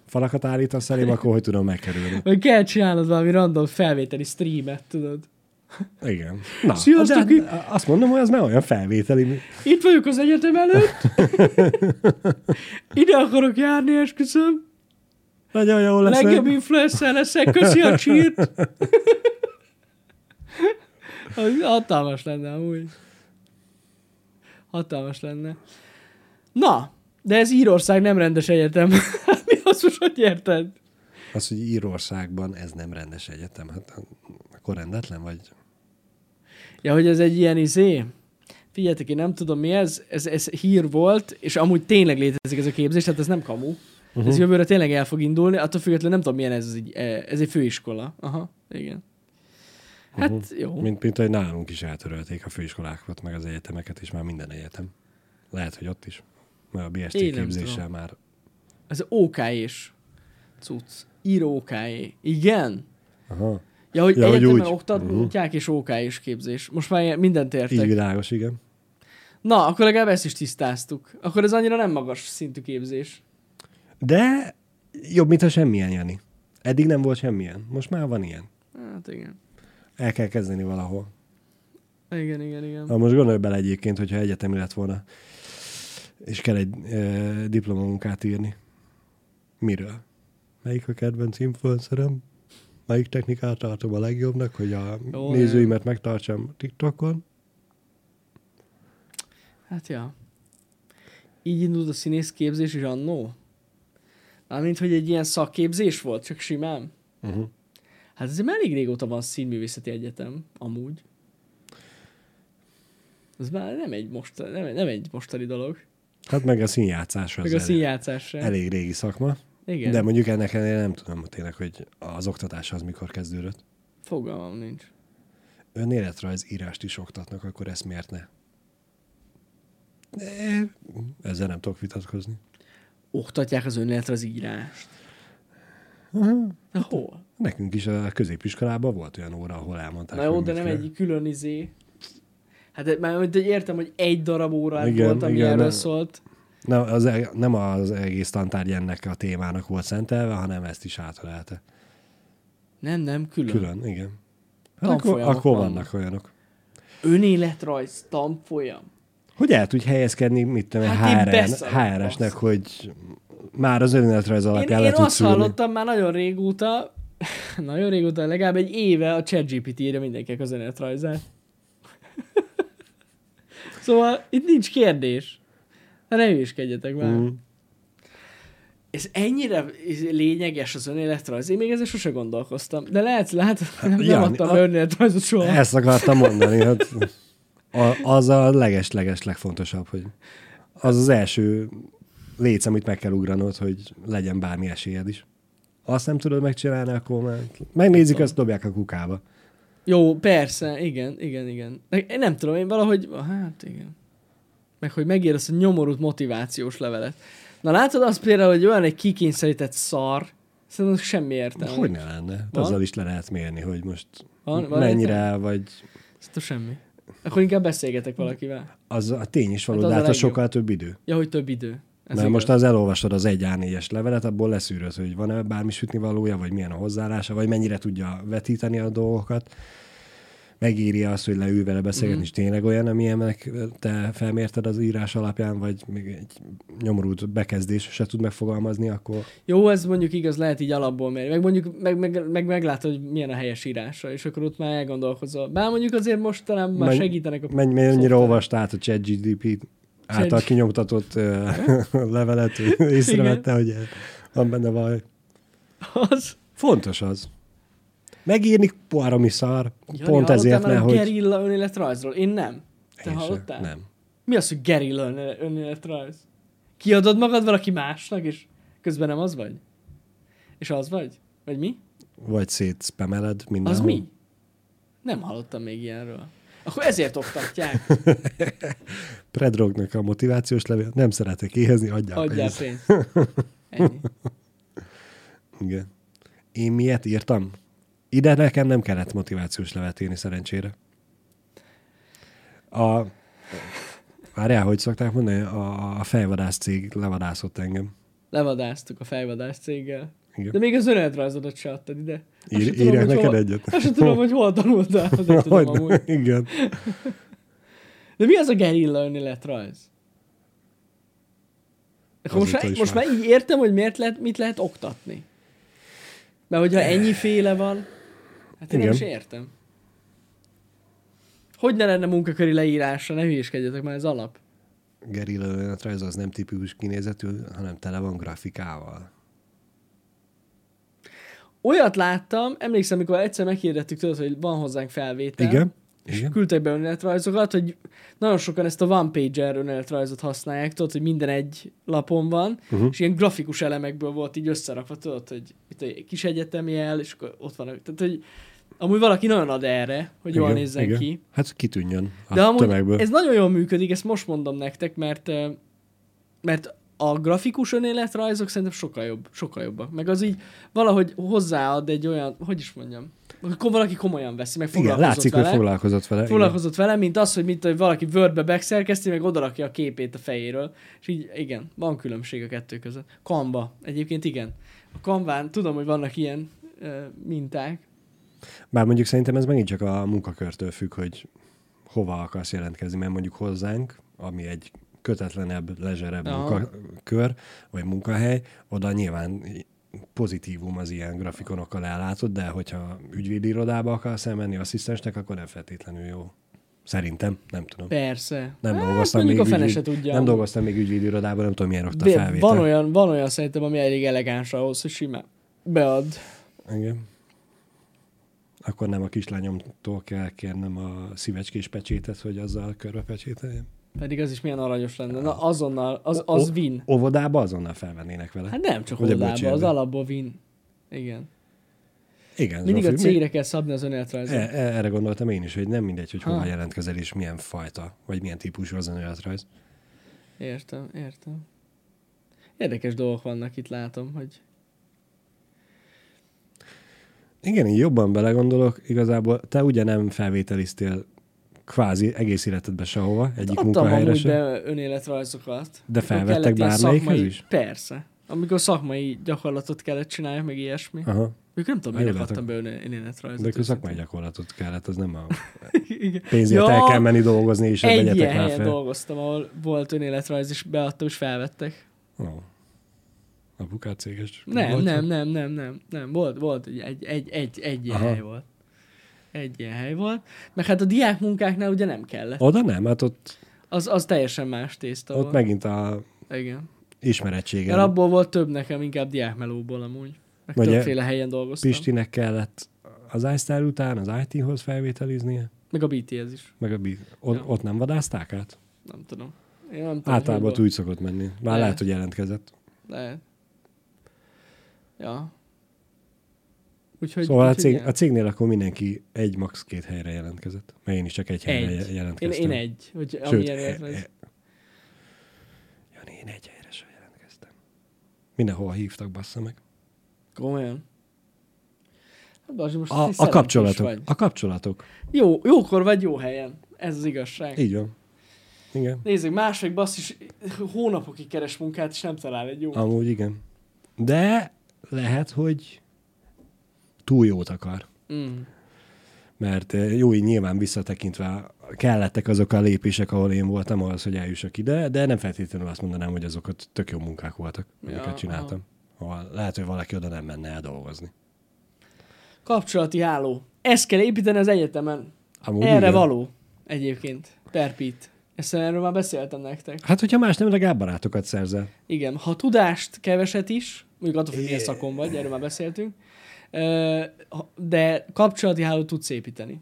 falakat állítasz elém, akkor hogy tudom megkerülni. Vagy kell csinálnod valami random felvételi streamet, tudod. Igen. Na, Sziasztok, de, itt- hát azt mondom, hogy az nem olyan felvételi. mint- Itt vagyok az egyetem előtt. Ide akarok járni, esküszöm. Nagyon jó A lesz. legjobb influencer leszek, köszi a csírt. Az Hatalmas lenne amúgy. Hatalmas lenne. Na, de ez Írország nem rendes egyetem. <laughs> Mi azt most hogy érted? Az, hogy Írországban ez nem rendes egyetem, hát akkor rendetlen vagy? Ja, hogy ez egy ilyen izé? Figyeljetek, én nem tudom mi ez, ez, ez hír volt, és amúgy tényleg létezik ez a képzés, tehát ez nem kamu. Uh-huh. Mhm. Ez jövőre tényleg el fog indulni, attól függetlenül nem tudom milyen ez, ez egy, ez egy főiskola. Aha, igen. Hát uh-huh. jó. Mint, mint hogy nálunk is eltörölték a főiskolákat, meg az egyetemeket, és már minden egyetem. Lehet, hogy ott is. Mert a BST Én nem képzéssel már. Ez ok és cucc. Ír ok Igen? Aha. Ja, hogy Ja, ja, hogy egyetemen úgy. oktatják uh-huh. és ok és képzés. Most már ilyen- mindent Így értek. világos, igen. Na, akkor legalább ezt is tisztáztuk. Akkor ez annyira nem magas szintű képzés. De jobb, mint ha semmilyen, Jani. Eddig nem volt semmilyen. Most már van ilyen. Hát igen. El kell kezdeni valahol. Igen, igen, igen. Na most gondolj bele egyébként, hogyha egyetemi lett volna, és kell egy e, diplomamunkát írni. Miről? Melyik a kedvenc influencerem? Melyik technikát tartom a legjobbnak, hogy a Jó, nézőimet megtartsam TikTokon? Hát ja. Így indult a színész képzés is annó? Mármint, hogy egy ilyen szakképzés volt, csak simán. Uh-huh. Hát azért már elég régóta van színművészeti egyetem, amúgy. Ez már nem egy, most, nem, nem egy mostani dolog. Hát meg a színjátszás az Meg a elég, színjátszás sem. elég régi szakma. Igen. Igen. De... De mondjuk ennek ellenére nem tudom tényleg, hogy az oktatás az mikor kezdődött. Fogalmam nincs. önéletrajz írást is oktatnak, akkor ezt miért ne? É, Ezzel nem tudok vitatkozni. Oktatják az önéletre az írást. Hát, Na hol? Nekünk is a középiskolában volt olyan óra, ahol elmondták. Na jó, hogy de mit nem kell. egy külön izé. Hát de- már de értem, hogy egy darab óra Igen, volt, ami igen, erről nem. szólt. Nem az, e- nem az egész tantárgy ennek a témának volt szentelve, hanem ezt is átölelte. Nem, nem, külön. külön. Külön, igen. Hát akkor, Tanfolyamok akkor vannak. vannak olyanok. Önéletrajz, tanfolyam. Hogy el tudj helyezkedni, mit tudom, Hát hát én HR, beszarok, HR-esnek, basz. hogy már az önéletrajz Én, alapján én le azt tudsz ülni. hallottam már nagyon régóta, <laughs> nagyon régóta, legalább egy éve a ChatGPT írja mindenkinek az önéletrajzát. <laughs> szóval itt nincs kérdés. Na ne hülyéskedjetek már. Mm. Mm. Ez ennyire lényeges az önéletrajz? Én még ezzel sose gondolkoztam. De lehet, lehet, nem, nem Hát Jani, adtam a- Hát a... önéletrajzot soha. Ezt akartam mondani. Hát a, az a leges-leges legfontosabb, hogy az az első léc, amit meg kell ugranod, hogy legyen bármi esélyed is. Azt nem tudod megcsinálni, akkor már megnézik, azt dobják a kukába. Jó, persze, igen, igen, igen. Meg- Én nem tudom, én valahogy, hát igen. Meg hogy megér azt a nyomorult motivációs levelet. Na látod, az például, hogy olyan egy kikényszerített szar, szerintem az semmi De értelme. hogy ne lenne? Hát Van? Azzal is le lehet mérni, hogy most Van- van mennyire, értelme? vagy Szerintem semmi. Akkor inkább beszélgetek valakivel. az a tény is való, Hát hát az a de hát az legjobb. sokkal több idő. Ja, hogy több idő. Ez Mert igaz. most az elolvasod az egy A4-es levelet, abból leszűröd, hogy van-e bármi sütni valója, vagy milyen a hozzáállása, vagy mennyire tudja vetíteni a dolgokat. Megírja azt, hogy leül vele beszélgetni, Mhm. és tényleg olyan, amilyennek te felmérted az írás alapján, vagy még egy nyomorult bekezdés se tud megfogalmazni, akkor Jó, ez mondjuk igaz, lehet így alapból mérni. Meg mondjuk meg, meg, meg meglátod, hogy milyen a helyes írása, és akkor ott már elgondolkozol. Bár mondjuk azért most talán már Menj- segítenek a... menj, mennyire szoftver. olvasta át a ChatGDP által Chat- <laughs> kinyomtatott ö, levelet, hogy észrevette, hogy van benne valami. <laughs> Az. Fontos az. Megírni páromi szar, Jani, pont hallottál ezért, már mert a hogy... Gerilla önéletrajzról? Én nem. Te Én se. hallottál? Nem. Mi az, hogy gerilla öné- önéletrajz? Kiadod magad valaki másnak, és közben nem az vagy? És az vagy? Vagy mi? Vagy szétszpemeled Az mindenhol. mi? Nem hallottam még ilyenről. Akkor ezért oktatják. <laughs> Predrognak a motivációs levél, nem szeretek éhezni, adják Adjál pénzt. pénzt. Ennyi. Igen. Én miért írtam? Ide nekem nem kellett motivációs levelet írni szerencsére. A... Várjál, hogy szokták mondani? A, a fejvadász cég levadászott engem. Levadáztuk a fejvadász céggel. Igen. De még az önéletrajzodat se adtad ide. Azt se Ír, tudom, írják hogy neked hol- egyet? Azt sem tudom, hogy hol tanultál. Nem tudom <laughs> Hogyne. amúgy. Igen. De mi az a gerilla önéletrajz? Akkor most, Azóta már, is most már. már így értem, hogy miért lehet, mit lehet oktatni. Mert hogyha ennyi féle van, hát én Igen. nem is értem. Hogy ne lenne munkaköri leírása, ne hülyéskedjetek már, ez alap. Gerilla önéletrajz az nem tipikus kinézetű, hanem tele van grafikával. Olyat láttam, emlékszem, amikor egyszer meghirdettük, tudod, hogy van hozzánk felvétel. Igen? És Igen? küldtek be önéletrajzokat, hogy nagyon sokan ezt a one pager önéletrajzot használják, tudod, hogy minden egy lapon van, Mhm. uh-huh. és ilyen grafikus elemekből volt így összerakva, tudod, hogy itt egy kis egyetemi el, és akkor ott van. Tehát, hogy amúgy valaki nagyon ad erre, hogy jól Igen, nézzen igen. ki. Hát kitűnjön a De De amúgy tömegből. ez nagyon jól működik, ezt most mondom nektek, mert ö, mert a grafikus önéletrajzok szerintem sokkal jobb, sokkal jobbak. Meg az így valahogy hozzáad egy olyan, hogy is mondjam, akkor valaki komolyan veszi, meg Igen, foglalkozott látszik, vele hogy foglalkozott vele. Igen. foglalkozott vele, mint az, hogy mit, hogy valaki Wordbe megszerkeszti, meg odarakja a képét a fejéről. És így igen, van különbség a kettő között. Canva, egyébként igen. A Canván tudom, hogy vannak ilyen ö, minták. Bár mondjuk szerintem ez megint csak a munkakörtől függ, hogy hova akarsz jelentkezni, mert mondjuk hozzánk, ami egy kötetlenebb, lezserebb Aha. munkakör, vagy munkahely, oda nyilván pozitívum az ilyen grafikonokkal ellátott, de hogyha ügyvédirodába akarsz elmenni asszisztensnek, akkor nem feltétlenül jó. Szerintem, nem tudom. Persze. Nem Hát, dolgoztam még mondjuk a fene ügyvéd- se tudja. Nem amúgy. dolgoztam még ügyvédirodában, nem tudom, milyen ott a Be- felvétel. van, olyan, van olyan szerintem, ami elég elegáns ahhoz, hogy simán bead. Igen. Akkor nem a kislányomtól kell kérnem a szívecskés pecsétet, hogy azzal körbe pecsételjem. Pedig az is milyen aranyos lenne. Na azonnal, az, az O- win. Óvodába azonnal felvennének vele. Hát Hát, nem csak Ugye oldalba, az bölcsérbe. alapból win. Igen. Igen, Mindig a Zsófi, mi- cégre kell szabni az önéletrajzot. E- e- erre gondoltam én is, hogy nem mindegy, hogy hova Ha. jelentkezel és milyen fajta, vagy milyen típusú az önéletrajz. Értem, értem. Érdekes dolgok vannak itt, látom, hogy Igen, én jobban belegondolok, igazából te ugye nem felvételiztél kvázi egész életedbe sehova, egyik hát adtam munkahelyre amúgy sem. be önéletrajzokat. De Akkor felvettek kellett ilyen bármelyikhez szakmai- is? Persze. Amikor szakmai gyakorlatot kellett csinálni, meg ilyesmi. Aha, Még nem tudom, Hát jó, minek de adtam akkor- be öné- de önéletrajzot. akkor szakmai gyakorlatot kellett, az nem a <laughs> Igen. pénzért Ja, el kell menni dolgozni, és ezt Egy ilyen vegyetek már helyen fel. dolgoztam, ahol volt önéletrajz, és beadtam, és felvettek. Ó. A bukát céges. Nem, volt? nem, nem, nem, nem, nem. Volt, volt egy, egy, egy, egy, egy ilyen Aha. hely volt. Egy ilyen hely volt. Meg hát a diákmunkáknál ugye nem kellett. Oda nem, hát ott, Az, az teljesen más tészta ott volt. megint a Igen. ismerettségem. Szóval- Mert abból volt több nekem, inkább diákmelóból amúgy. Meg Vagy többféle helyen dolgoztam. Pisti. Pistinek kellett az iStyle után az IT-hoz felvételiznie, Meg a BTS is. meg a bi- ott, Ja. ott nem vadázták át? Nem tudom. Én nem tudom Általában hogy ott úgy szokott menni. Már Lehet. lehet, hogy jelentkezett. volt. Lehet. Ja. Úgyhogy, szóval a, úgyhogy cég, igen. a cégnél akkor mindenki egy, max két helyre jelentkezett. Mert én is csak egy helyre Egy. je- én, jelentkeztem. én egy. Hogy Sőt, amilyen e- érted. e- Jani, én egy helyre sem jelentkeztem. Mindenhol hívtak, bassza meg. Komolyan. Hát Balázs, most te A, a szerencsés kapcsolatok. Vagy. A kapcsolatok. Jó, jókor vagy jó helyen. Ez az igazság. Így van. Igen. Nézzük, másfél basszus hónapokig keres munkát, és nem talál egy jó. Amúgy igen. De lehet, hogy túl jót akar. Mm. Mert eh, jó, így nyilván visszatekintve kellettek azok a lépések, ahol én voltam ahhoz, hogy eljussak ide, de nem feltétlenül azt mondanám, hogy azok ott tök jó munkák voltak, amiket Ja, csináltam. Ahol lehet, hogy valaki oda nem menne el dolgozni. Kapcsolati háló. Ezt kell építeni az egyetemen. Amúgy Úgy Erre igen. igen. való egyébként. Perpít. Ezt erről már beszéltem nektek. Hát, hogyha más nem, legalább barátokat szerzel. Igen, ha tudást keveset is, mondjuk attól, hogy milyen szakon vagy, erről már beszéltünk, ö, ha- de Uh-huh. kapcsolati hálót tudsz építeni.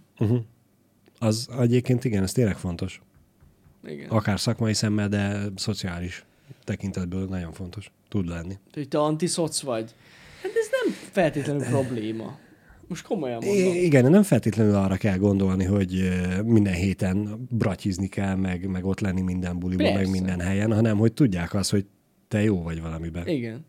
Az egyébként igen, ez tényleg fontos. Igen. Akár szakmai szemmel, de szociális tekintetből nagyon fontos. Tud lenni. Hogy te antiszoc vagy. Hát ez nem feltétlenül probléma. Most komolyan mondom. I- igen, nem feltétlenül arra kell gondolni, hogy ö, minden héten bratyizni kell, meg, meg ott lenni minden buliban, Persze. meg minden helyen, hanem hogy tudják azt, hogy te jó vagy valamiben. Igen.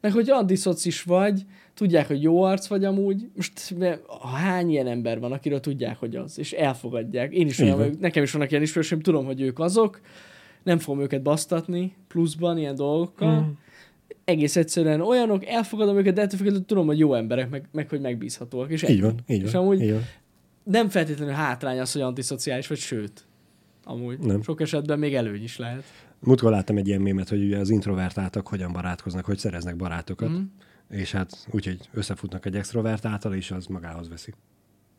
Meg hogy antiszocis vagy, tudják, hogy jó arc vagy amúgy. Most mert hány ilyen ember van, akiről tudják, hogy az, és elfogadják. Én is Így olyan, van. vagyok, nekem is vannak ilyen ismerősöm, tudom, hogy ők azok, nem fogom őket basztatni pluszban ilyen dolgokkal. Hmm. Mm. Egész egyszerűen olyanok, elfogadom őket, de ettől függetlenül tudom, hogy jó emberek, meg, meg hogy megbízhatóak. És Így van, így És van. amúgy- így van. nem feltétlenül hátrány az, hogy antiszociális vagy, sőt, amúgy nem. Nem. sok esetben még előny is lehet. Múltkor láttam egy ilyen mémet, hogy ugye az introvertáltak hogyan barátkoznak, hogy szereznek barátokat, Mhm. mm. és hát úgyhogy összefutnak egy extrovert által, és az magához veszi.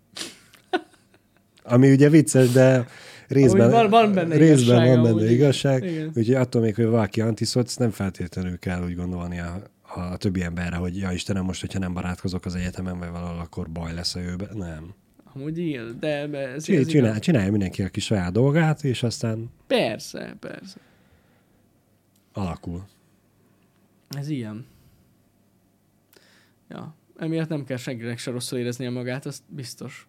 <laughs> Ami ugye vicces, de részben, Amúgy van- van benne részben igazság van benne amúgy, igen. igazság. Igen. Úgyhogy attól még, hogy valaki antiszoc, nem feltétlenül kell úgy gondolni a, a többi emberre, hogy ja Istenem, most, hogyha nem barátkozok az egyetemen, vagy valahol, akkor baj lesz a jövőben. Nem. Amúgy igen, de ez, Csinál, ez igaz. csinál, csinálja mindenki a kis saját dolgát, és aztán Persze, persze. alakul. Ez ilyen. Ja, emiatt nem kell senkinek se rosszul éreznie magát, az biztos.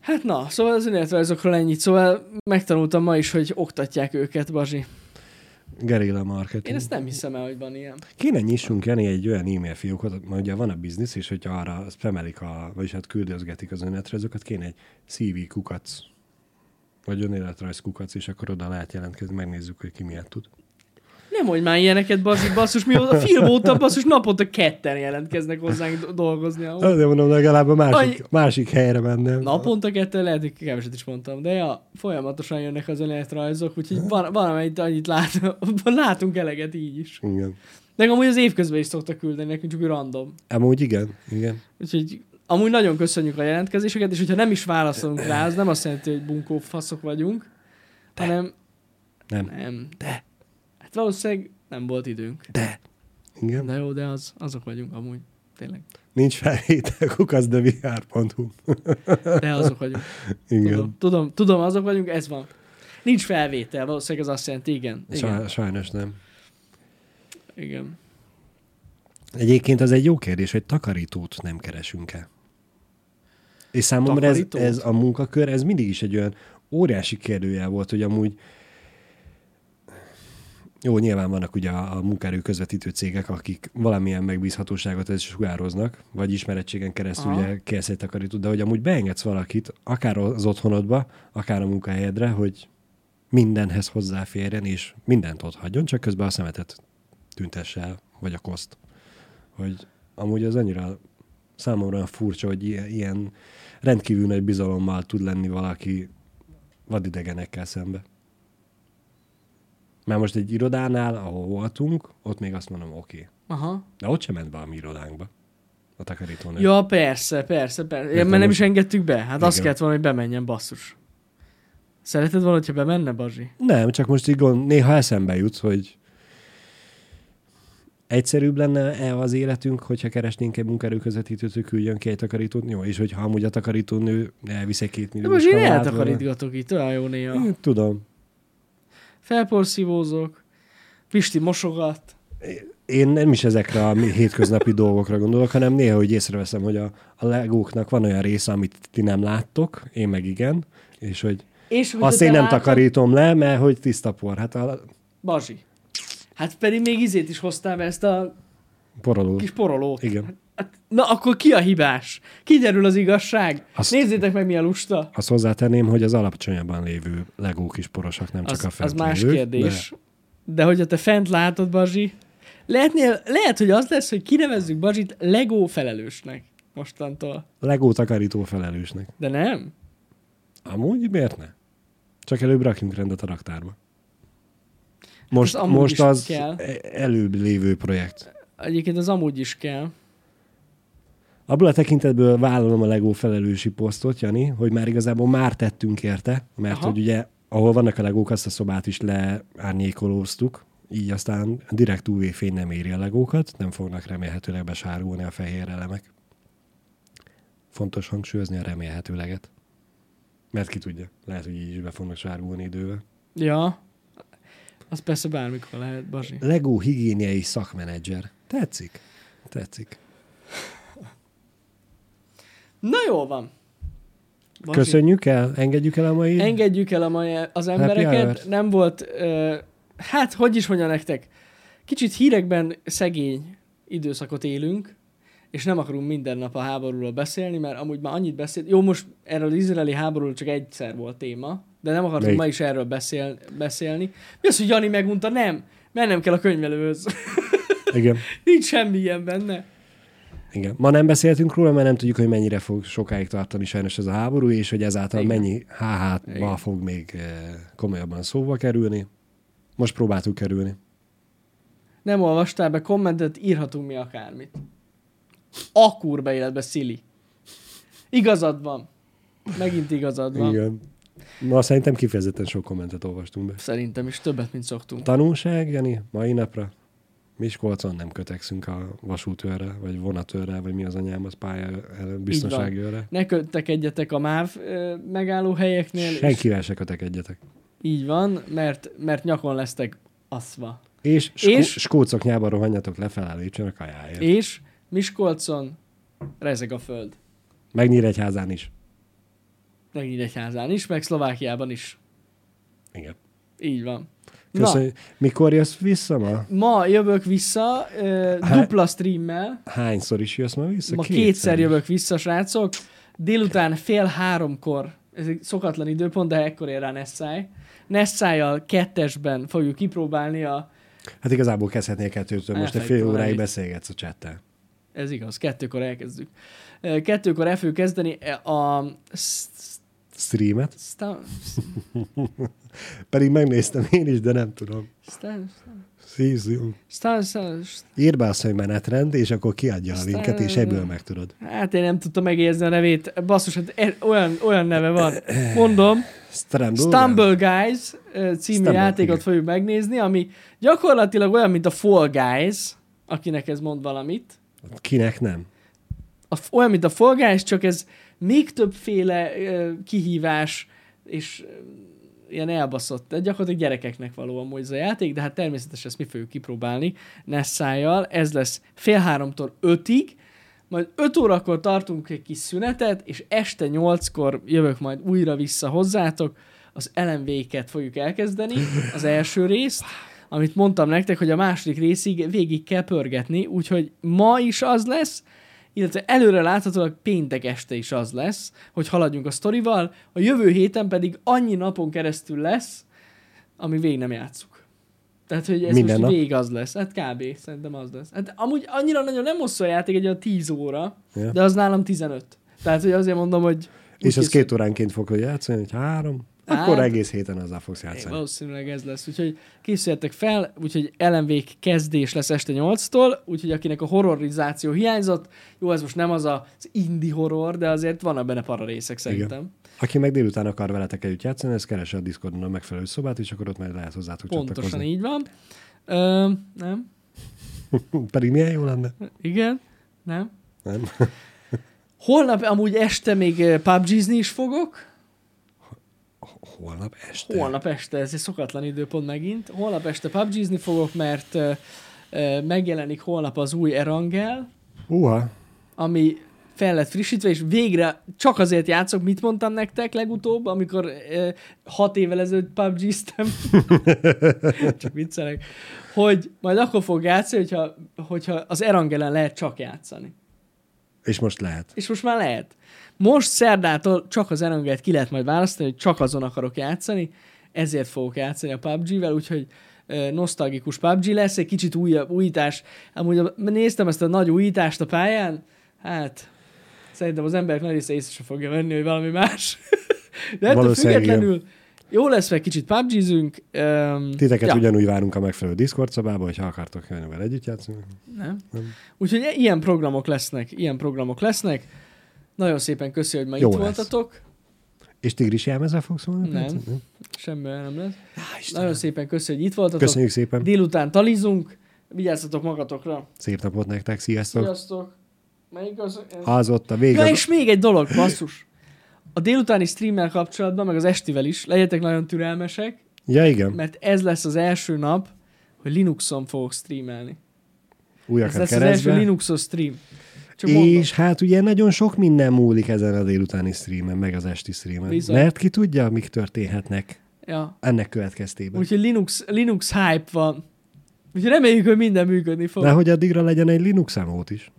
Hát na, szóval az önéletrajzokról ennyit, szóval megtanultam ma is, hogy oktatják őket, Bazsi. Gerilla marketing. Én ezt nem hiszem el, hogy van ilyen. Kéne nyissunk Jani egy olyan e-mail fiókot, mert ugye van a biznisz, és hogyha arra spamelik, a, vagyis hát küldözgetik az önéletrajzokat, kéne egy CV kukac, vagy önéletrajz kukac, és akkor oda lehet jelentkezni, megnézzük, hogy ki miért tud. Nem mondj már ilyeneket, basszus, basszus, mi a film óta, basszus, naponta ketten jelentkeznek hozzánk do- dolgozni. ahol- Azért mondom, legalább a másik, Aj. másik helyre mennem. Naponta ketten, lehet, hogy keveset is mondtam, de ja, folyamatosan jönnek az önéletrajzok, úgyhogy van, valamelyik annyit lát, <laughs> látunk eleget így is. Igen. Meg amúgy az évközben is szoktak küldeni nekünk, csak úgy random. Amúgy igen, igen. Úgyhogy amúgy nagyon köszönjük a jelentkezéseket, és hogyha nem is válaszolunk rá, az nem azt jelenti, hogy bunkó faszok vagyunk, de. hanem Nem. nem. De. Hát valószínűleg nem volt időnk. De. Igen. De jó, de az, azok vagyunk amúgy. Tényleg. Nincs felvétel kukacdevr.hu. <laughs> De azok vagyunk. Igen. Tudom, tudom, tudom, azok vagyunk, ez van. Nincs felvétel, valószínűleg az azt jelenti, igen. Igen. Saj- sajnos nem. igen. Egyébként az egy jó kérdés, hogy takarítót nem keresünk-e? És számomra ez, Takarítót? ez a munkakör, ez mindig is egy olyan óriási kérdőjel volt, hogy amúgy jó, nyilván vannak ugye a, a munkaerő közvetítő cégek, akik valamilyen megbízhatóságot ez sugároznak, vagy ismerettségen keresztül Aha. ugye kérsz egy takarítót, de hogy amúgy beengedsz valakit, akár az otthonodba, akár a munkahelyedre, hogy mindenhez hozzáférjen, és mindent ott hagyjon, csak közben a szemetet tüntesse el, vagy a koszt. Hogy amúgy az annyira számomra olyan furcsa, hogy ilyen, ilyen rendkívül nagy bizalommal tud lenni valaki vadidegenekkel szembe. Már most egy irodánál, ahol voltunk, ott még azt mondom, oké. Okay. Aha. De ott sem ment be a mi irodánkba. A takarítónő. Ja, persze, persze, persze. Ja, de mert nem is most- engedtük be. Hát azt Igen. kellett volna, hogy bemenjen, basszus. Szereted volna, hogyha bemenne, Bazsi? Nem, csak most így gond, néha eszembe jut, hogy egyszerűbb lenne-e az életünk, hogyha keresnénk egy munkaerőközvetítőt, hogy küldjön ki egy takarítót? Jó, és hogyha amúgy a takarítónő elvisz egy két De millió most én eltakarítgatok itt, olyan jó néha. Tudom. Felporszívózok, Pisti mosogat. Én nem is ezekre a mi- hétköznapi dolgokra gondolok, hanem néha úgy észreveszem, hogy a, a legóknak van olyan része, amit ti nem láttok, én meg igen, és hogy És hogyha azt te én nem látod- takarítom le, mert hogy tiszta por. Hát a Bazsi. Hát pedig még izét is hoztál be, ezt a poroló. kis porolót. Igen. Hát, na akkor ki a hibás? Kiderül az igazság? Azt- Nézzétek meg, mi a lusta. Azt hozzátenném, hogy az alapcsonyabban lévő legók is porosak, nem csak az, a fent az más lévők, kérdés. De. de hogyha te fent látod, Bazsi, lehetnél, lehet, hogy az lesz, hogy kinevezzük Bazsit Lego felelősnek mostantól. De legó takarító felelősnek. De nem. Amúgy miért ne? Csak előbb rakjunk rendet a raktárba. Most, Hát az az amúgy is most az kell. e- előbb lévő projekt. Egyébként az amúgy is kell. Abból a tekintetből vállalom a legó felelősi posztot, Jani, hogy már igazából már tettünk érte, mert Aha. Aha. hogy ugye, ahol vannak a legók, azt a szobát is leárnyékolóztuk, így aztán direkt UV fény nem éri a legókat, nem fognak remélhetőleg besárulni a fehér elemek. Fontos hangsúlyozni a remélhetőleget. Mert ki tudja, lehet, hogy így is be fognak sárgulni idővel. Ja. Az persze bármikor lehet, Bazsi. Legó higiéniai szakmenedzser. Tetszik? Tetszik. Na jó van. Bazsi. Köszönjük el, engedjük el a mai... Engedjük el a mai az embereket. hours. Nem volt, ö, hát hogy is mondja nektek, kicsit hírekben szegény időszakot élünk, és nem akarunk minden nap a háborúról beszélni, mert amúgy már annyit beszélt. Jó, most erről az izraeli háborúról csak egyszer volt téma, de nem akartunk Melyik? ma is erről beszél, beszélni. Mi az, hogy Jani megunta? Nem. Mennem kell a könyvelőhöz. <laughs> Igen, Nincs semmi ilyen benne. igen. Ma nem beszéltünk róla, mert nem tudjuk, hogy mennyire fog sokáig tartani sajnos ez a háború, és hogy ezáltal Igen. igen. mennyi Igen. háhátba fog még eh, komolyabban szóba kerülni. Most próbáltuk kerülni. Nem olvastál be kommentet, írhatunk mi akármit. A kurva életbe, Szili. Igazad van. Megint igazad van. Igen. Igen. Ma szerintem kifejezetten sok kommentet olvastunk be. Szerintem is többet, mint szoktunk. Tanulság, Jani, mai napra? Miskolcon nem kötekszünk a vasútőrre, vagy vonatőrre, vagy mi az anyám, az pálya el- biztonsági őrre. Ne köttekedjetek a MÁV ö, megálló helyeknél. És Senkivel se kötekedjetek. így van, mert, mert nyakon lesztek aszva. És, skó- És- és? skócoknyába rohanjatok lefelé a lépcsőn a kajáért. És... És Miskolcon rezeg a föld. Meg Nyíregyházán is. Meg Nyíregyházán is, meg Szlovákiában is. Igen. Így van. Köszönjük. Na. Mikor jössz vissza ma? Na, ma jövök vissza ö, Hát- dupla streammel. Hányszor is jössz ma vissza? Ma kétszer jövök vissza, srácok. Délután fél háromkor, ez egy szokatlan időpont, de ekkor ér rá Nessai. Nessai-jal kettesben fogjuk kipróbálni a... Hát igazából kezdhetnél kettőtől, most egy Elfelejtettem fél óráig valamit. beszélgetsz a chattel. Ez igaz, kettőkor elkezdjük. Ö, Kettőkor el fogjuk kezdeni a... sz- Streamet. sta- Pedig megnéztem én is, de nem tudom. sta- Szízium. sta- sta- sta- Írd be azt, hogy menetrend, és akkor kiadja a Aztán- linket, és egyből megtudod. Hát én nem tudtam megjegyezni a nevét. Basszus, hát e- olyan, olyan neve van. Mondom, Strandol? Stumble Guys ö, című Stumble, játékot igen. fogjuk megnézni, ami gyakorlatilag olyan, mint a Fall Guys, akinek ez mond valamit. Kinek nem? A, f- olyan, mint a Fall Guys, csak ez még többféle ö, kihívás, és ö, ilyen elbaszott. De gyakorlatilag gyerekeknek való amúgy ez a játék, de hát természetesen ezt mi fogjuk kipróbálni Nessájjal. Ez lesz fél háromtól ötig, majd 5 órakor tartunk egy kis szünetet, és este 8-kor jövök majd újra vissza hozzátok. Az LMV-ket fogjuk elkezdeni, az első részt, amit mondtam nektek, hogy a második részig végig kell pörgetni, úgyhogy ma is az lesz, illetve előre láthatólag péntek este is az lesz, hogy haladjunk a sztorival, a jövő héten pedig annyi napon keresztül lesz, ami végig nem játszuk. Tehát, hogy ez Minden most nap? végig az lesz. Hát kb. szerintem az lesz. Hát amúgy annyira nagyon nem hosszú a játék, egy olyan 10 óra, Ja. de az nálam 15. Tehát, hogy azért mondom, hogy... úgy És az készül- két óránként fogod játszani, hogy három? Hát- Akkor egész héten azzal fogsz Én, játszani. valószínűleg ez lesz. Úgyhogy készüljetek fel, úgyhogy ellenvég kezdés lesz este 8-tól, úgyhogy akinek a horrorizáció hiányzott, jó, ez most nem az a- az indie horror, de azért vannak benne para részek szerintem. Igen. Aki meg délután akar veletek együtt játszani, ez keresse a Discordon a megfelelő szobát, és akkor ott majd lehet hozzátok Pontosan csatlakozni. így van. Ö, nem? Pedig milyen jó lenne? Igen? Nem? Nem? Holnap amúgy este még ö, PUBG-zni is fogok. Holnap este? Holnap este, ez egy szokatlan időpont megint. Holnap este pubg fogok, mert ö, ö, megjelenik holnap az új Erangel, Uha, ami fel lett frissítve, és végre csak azért játszok, mit mondtam nektek legutóbb, amikor ö, hat évvel ezelőtt PUBG-ztem. csak viccelek. Hogy majd akkor fog játszani, hogyha, hogyha az Erangelen lehet csak játszani. és most lehet. És most már lehet. Most szerdától csak az Erangelt ki lehet majd választani, hogy csak azon akarok játszani, ezért fogok játszani a PUBG-vel, úgyhogy ö, nosztalgikus PUBG lesz, egy kicsit újabb újítás. Amúgy a- néztem ezt a nagy újítást a pályán, hát szerintem az emberek nagy része észre sem fogja venni, hogy valami más. <laughs> De ettől Valószínűleg függetlenül jó lesz, mert kicsit PUBG-zünk. öm, Titeket ja, ja. ugyanúgy várunk a megfelelő Discord szobába, hogyha akartok jönni vele együtt játszani. nem? Nem. Úgyhogy i- ilyen programok lesznek, ilyen programok lesznek. Nagyon szépen köszi, hogy ma Jó itt lesz. voltatok. És Tigris jelmezzel fogsz volna? Nem. játszani? Semmi olyan nem lesz. Á, Istenem. Nagyon szépen köszönjük, hogy itt voltatok. Köszönjük szépen. Délután talizunk. Vigyázzatok magatokra. Szép napot nektek, sziasztok. Sziasztok. Melyik az? Az ott a vége. Ja, és még egy dolog, basszus. A délutáni streammel kapcsolatban, meg az estivel is, legyetek nagyon türelmesek, Ja, igen. mert ez lesz az első nap, hogy Linuxon fogok streamelni. Ez Újakat lesz az első keresztbe. Linuxos stream. Csak mondom. És hát ugye nagyon sok minden múlik ezen a délutáni streamen, meg az esti streamen. Bizony. Mert ki tudja, mik történhetnek Ja. ennek következtében. Úgyhogy Linux, Linux hype van. Úgyhogy reméljük, hogy minden működni fog. De hogy addigra legyen egy Linux emót is.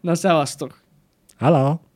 Na, szevasztok! Hala!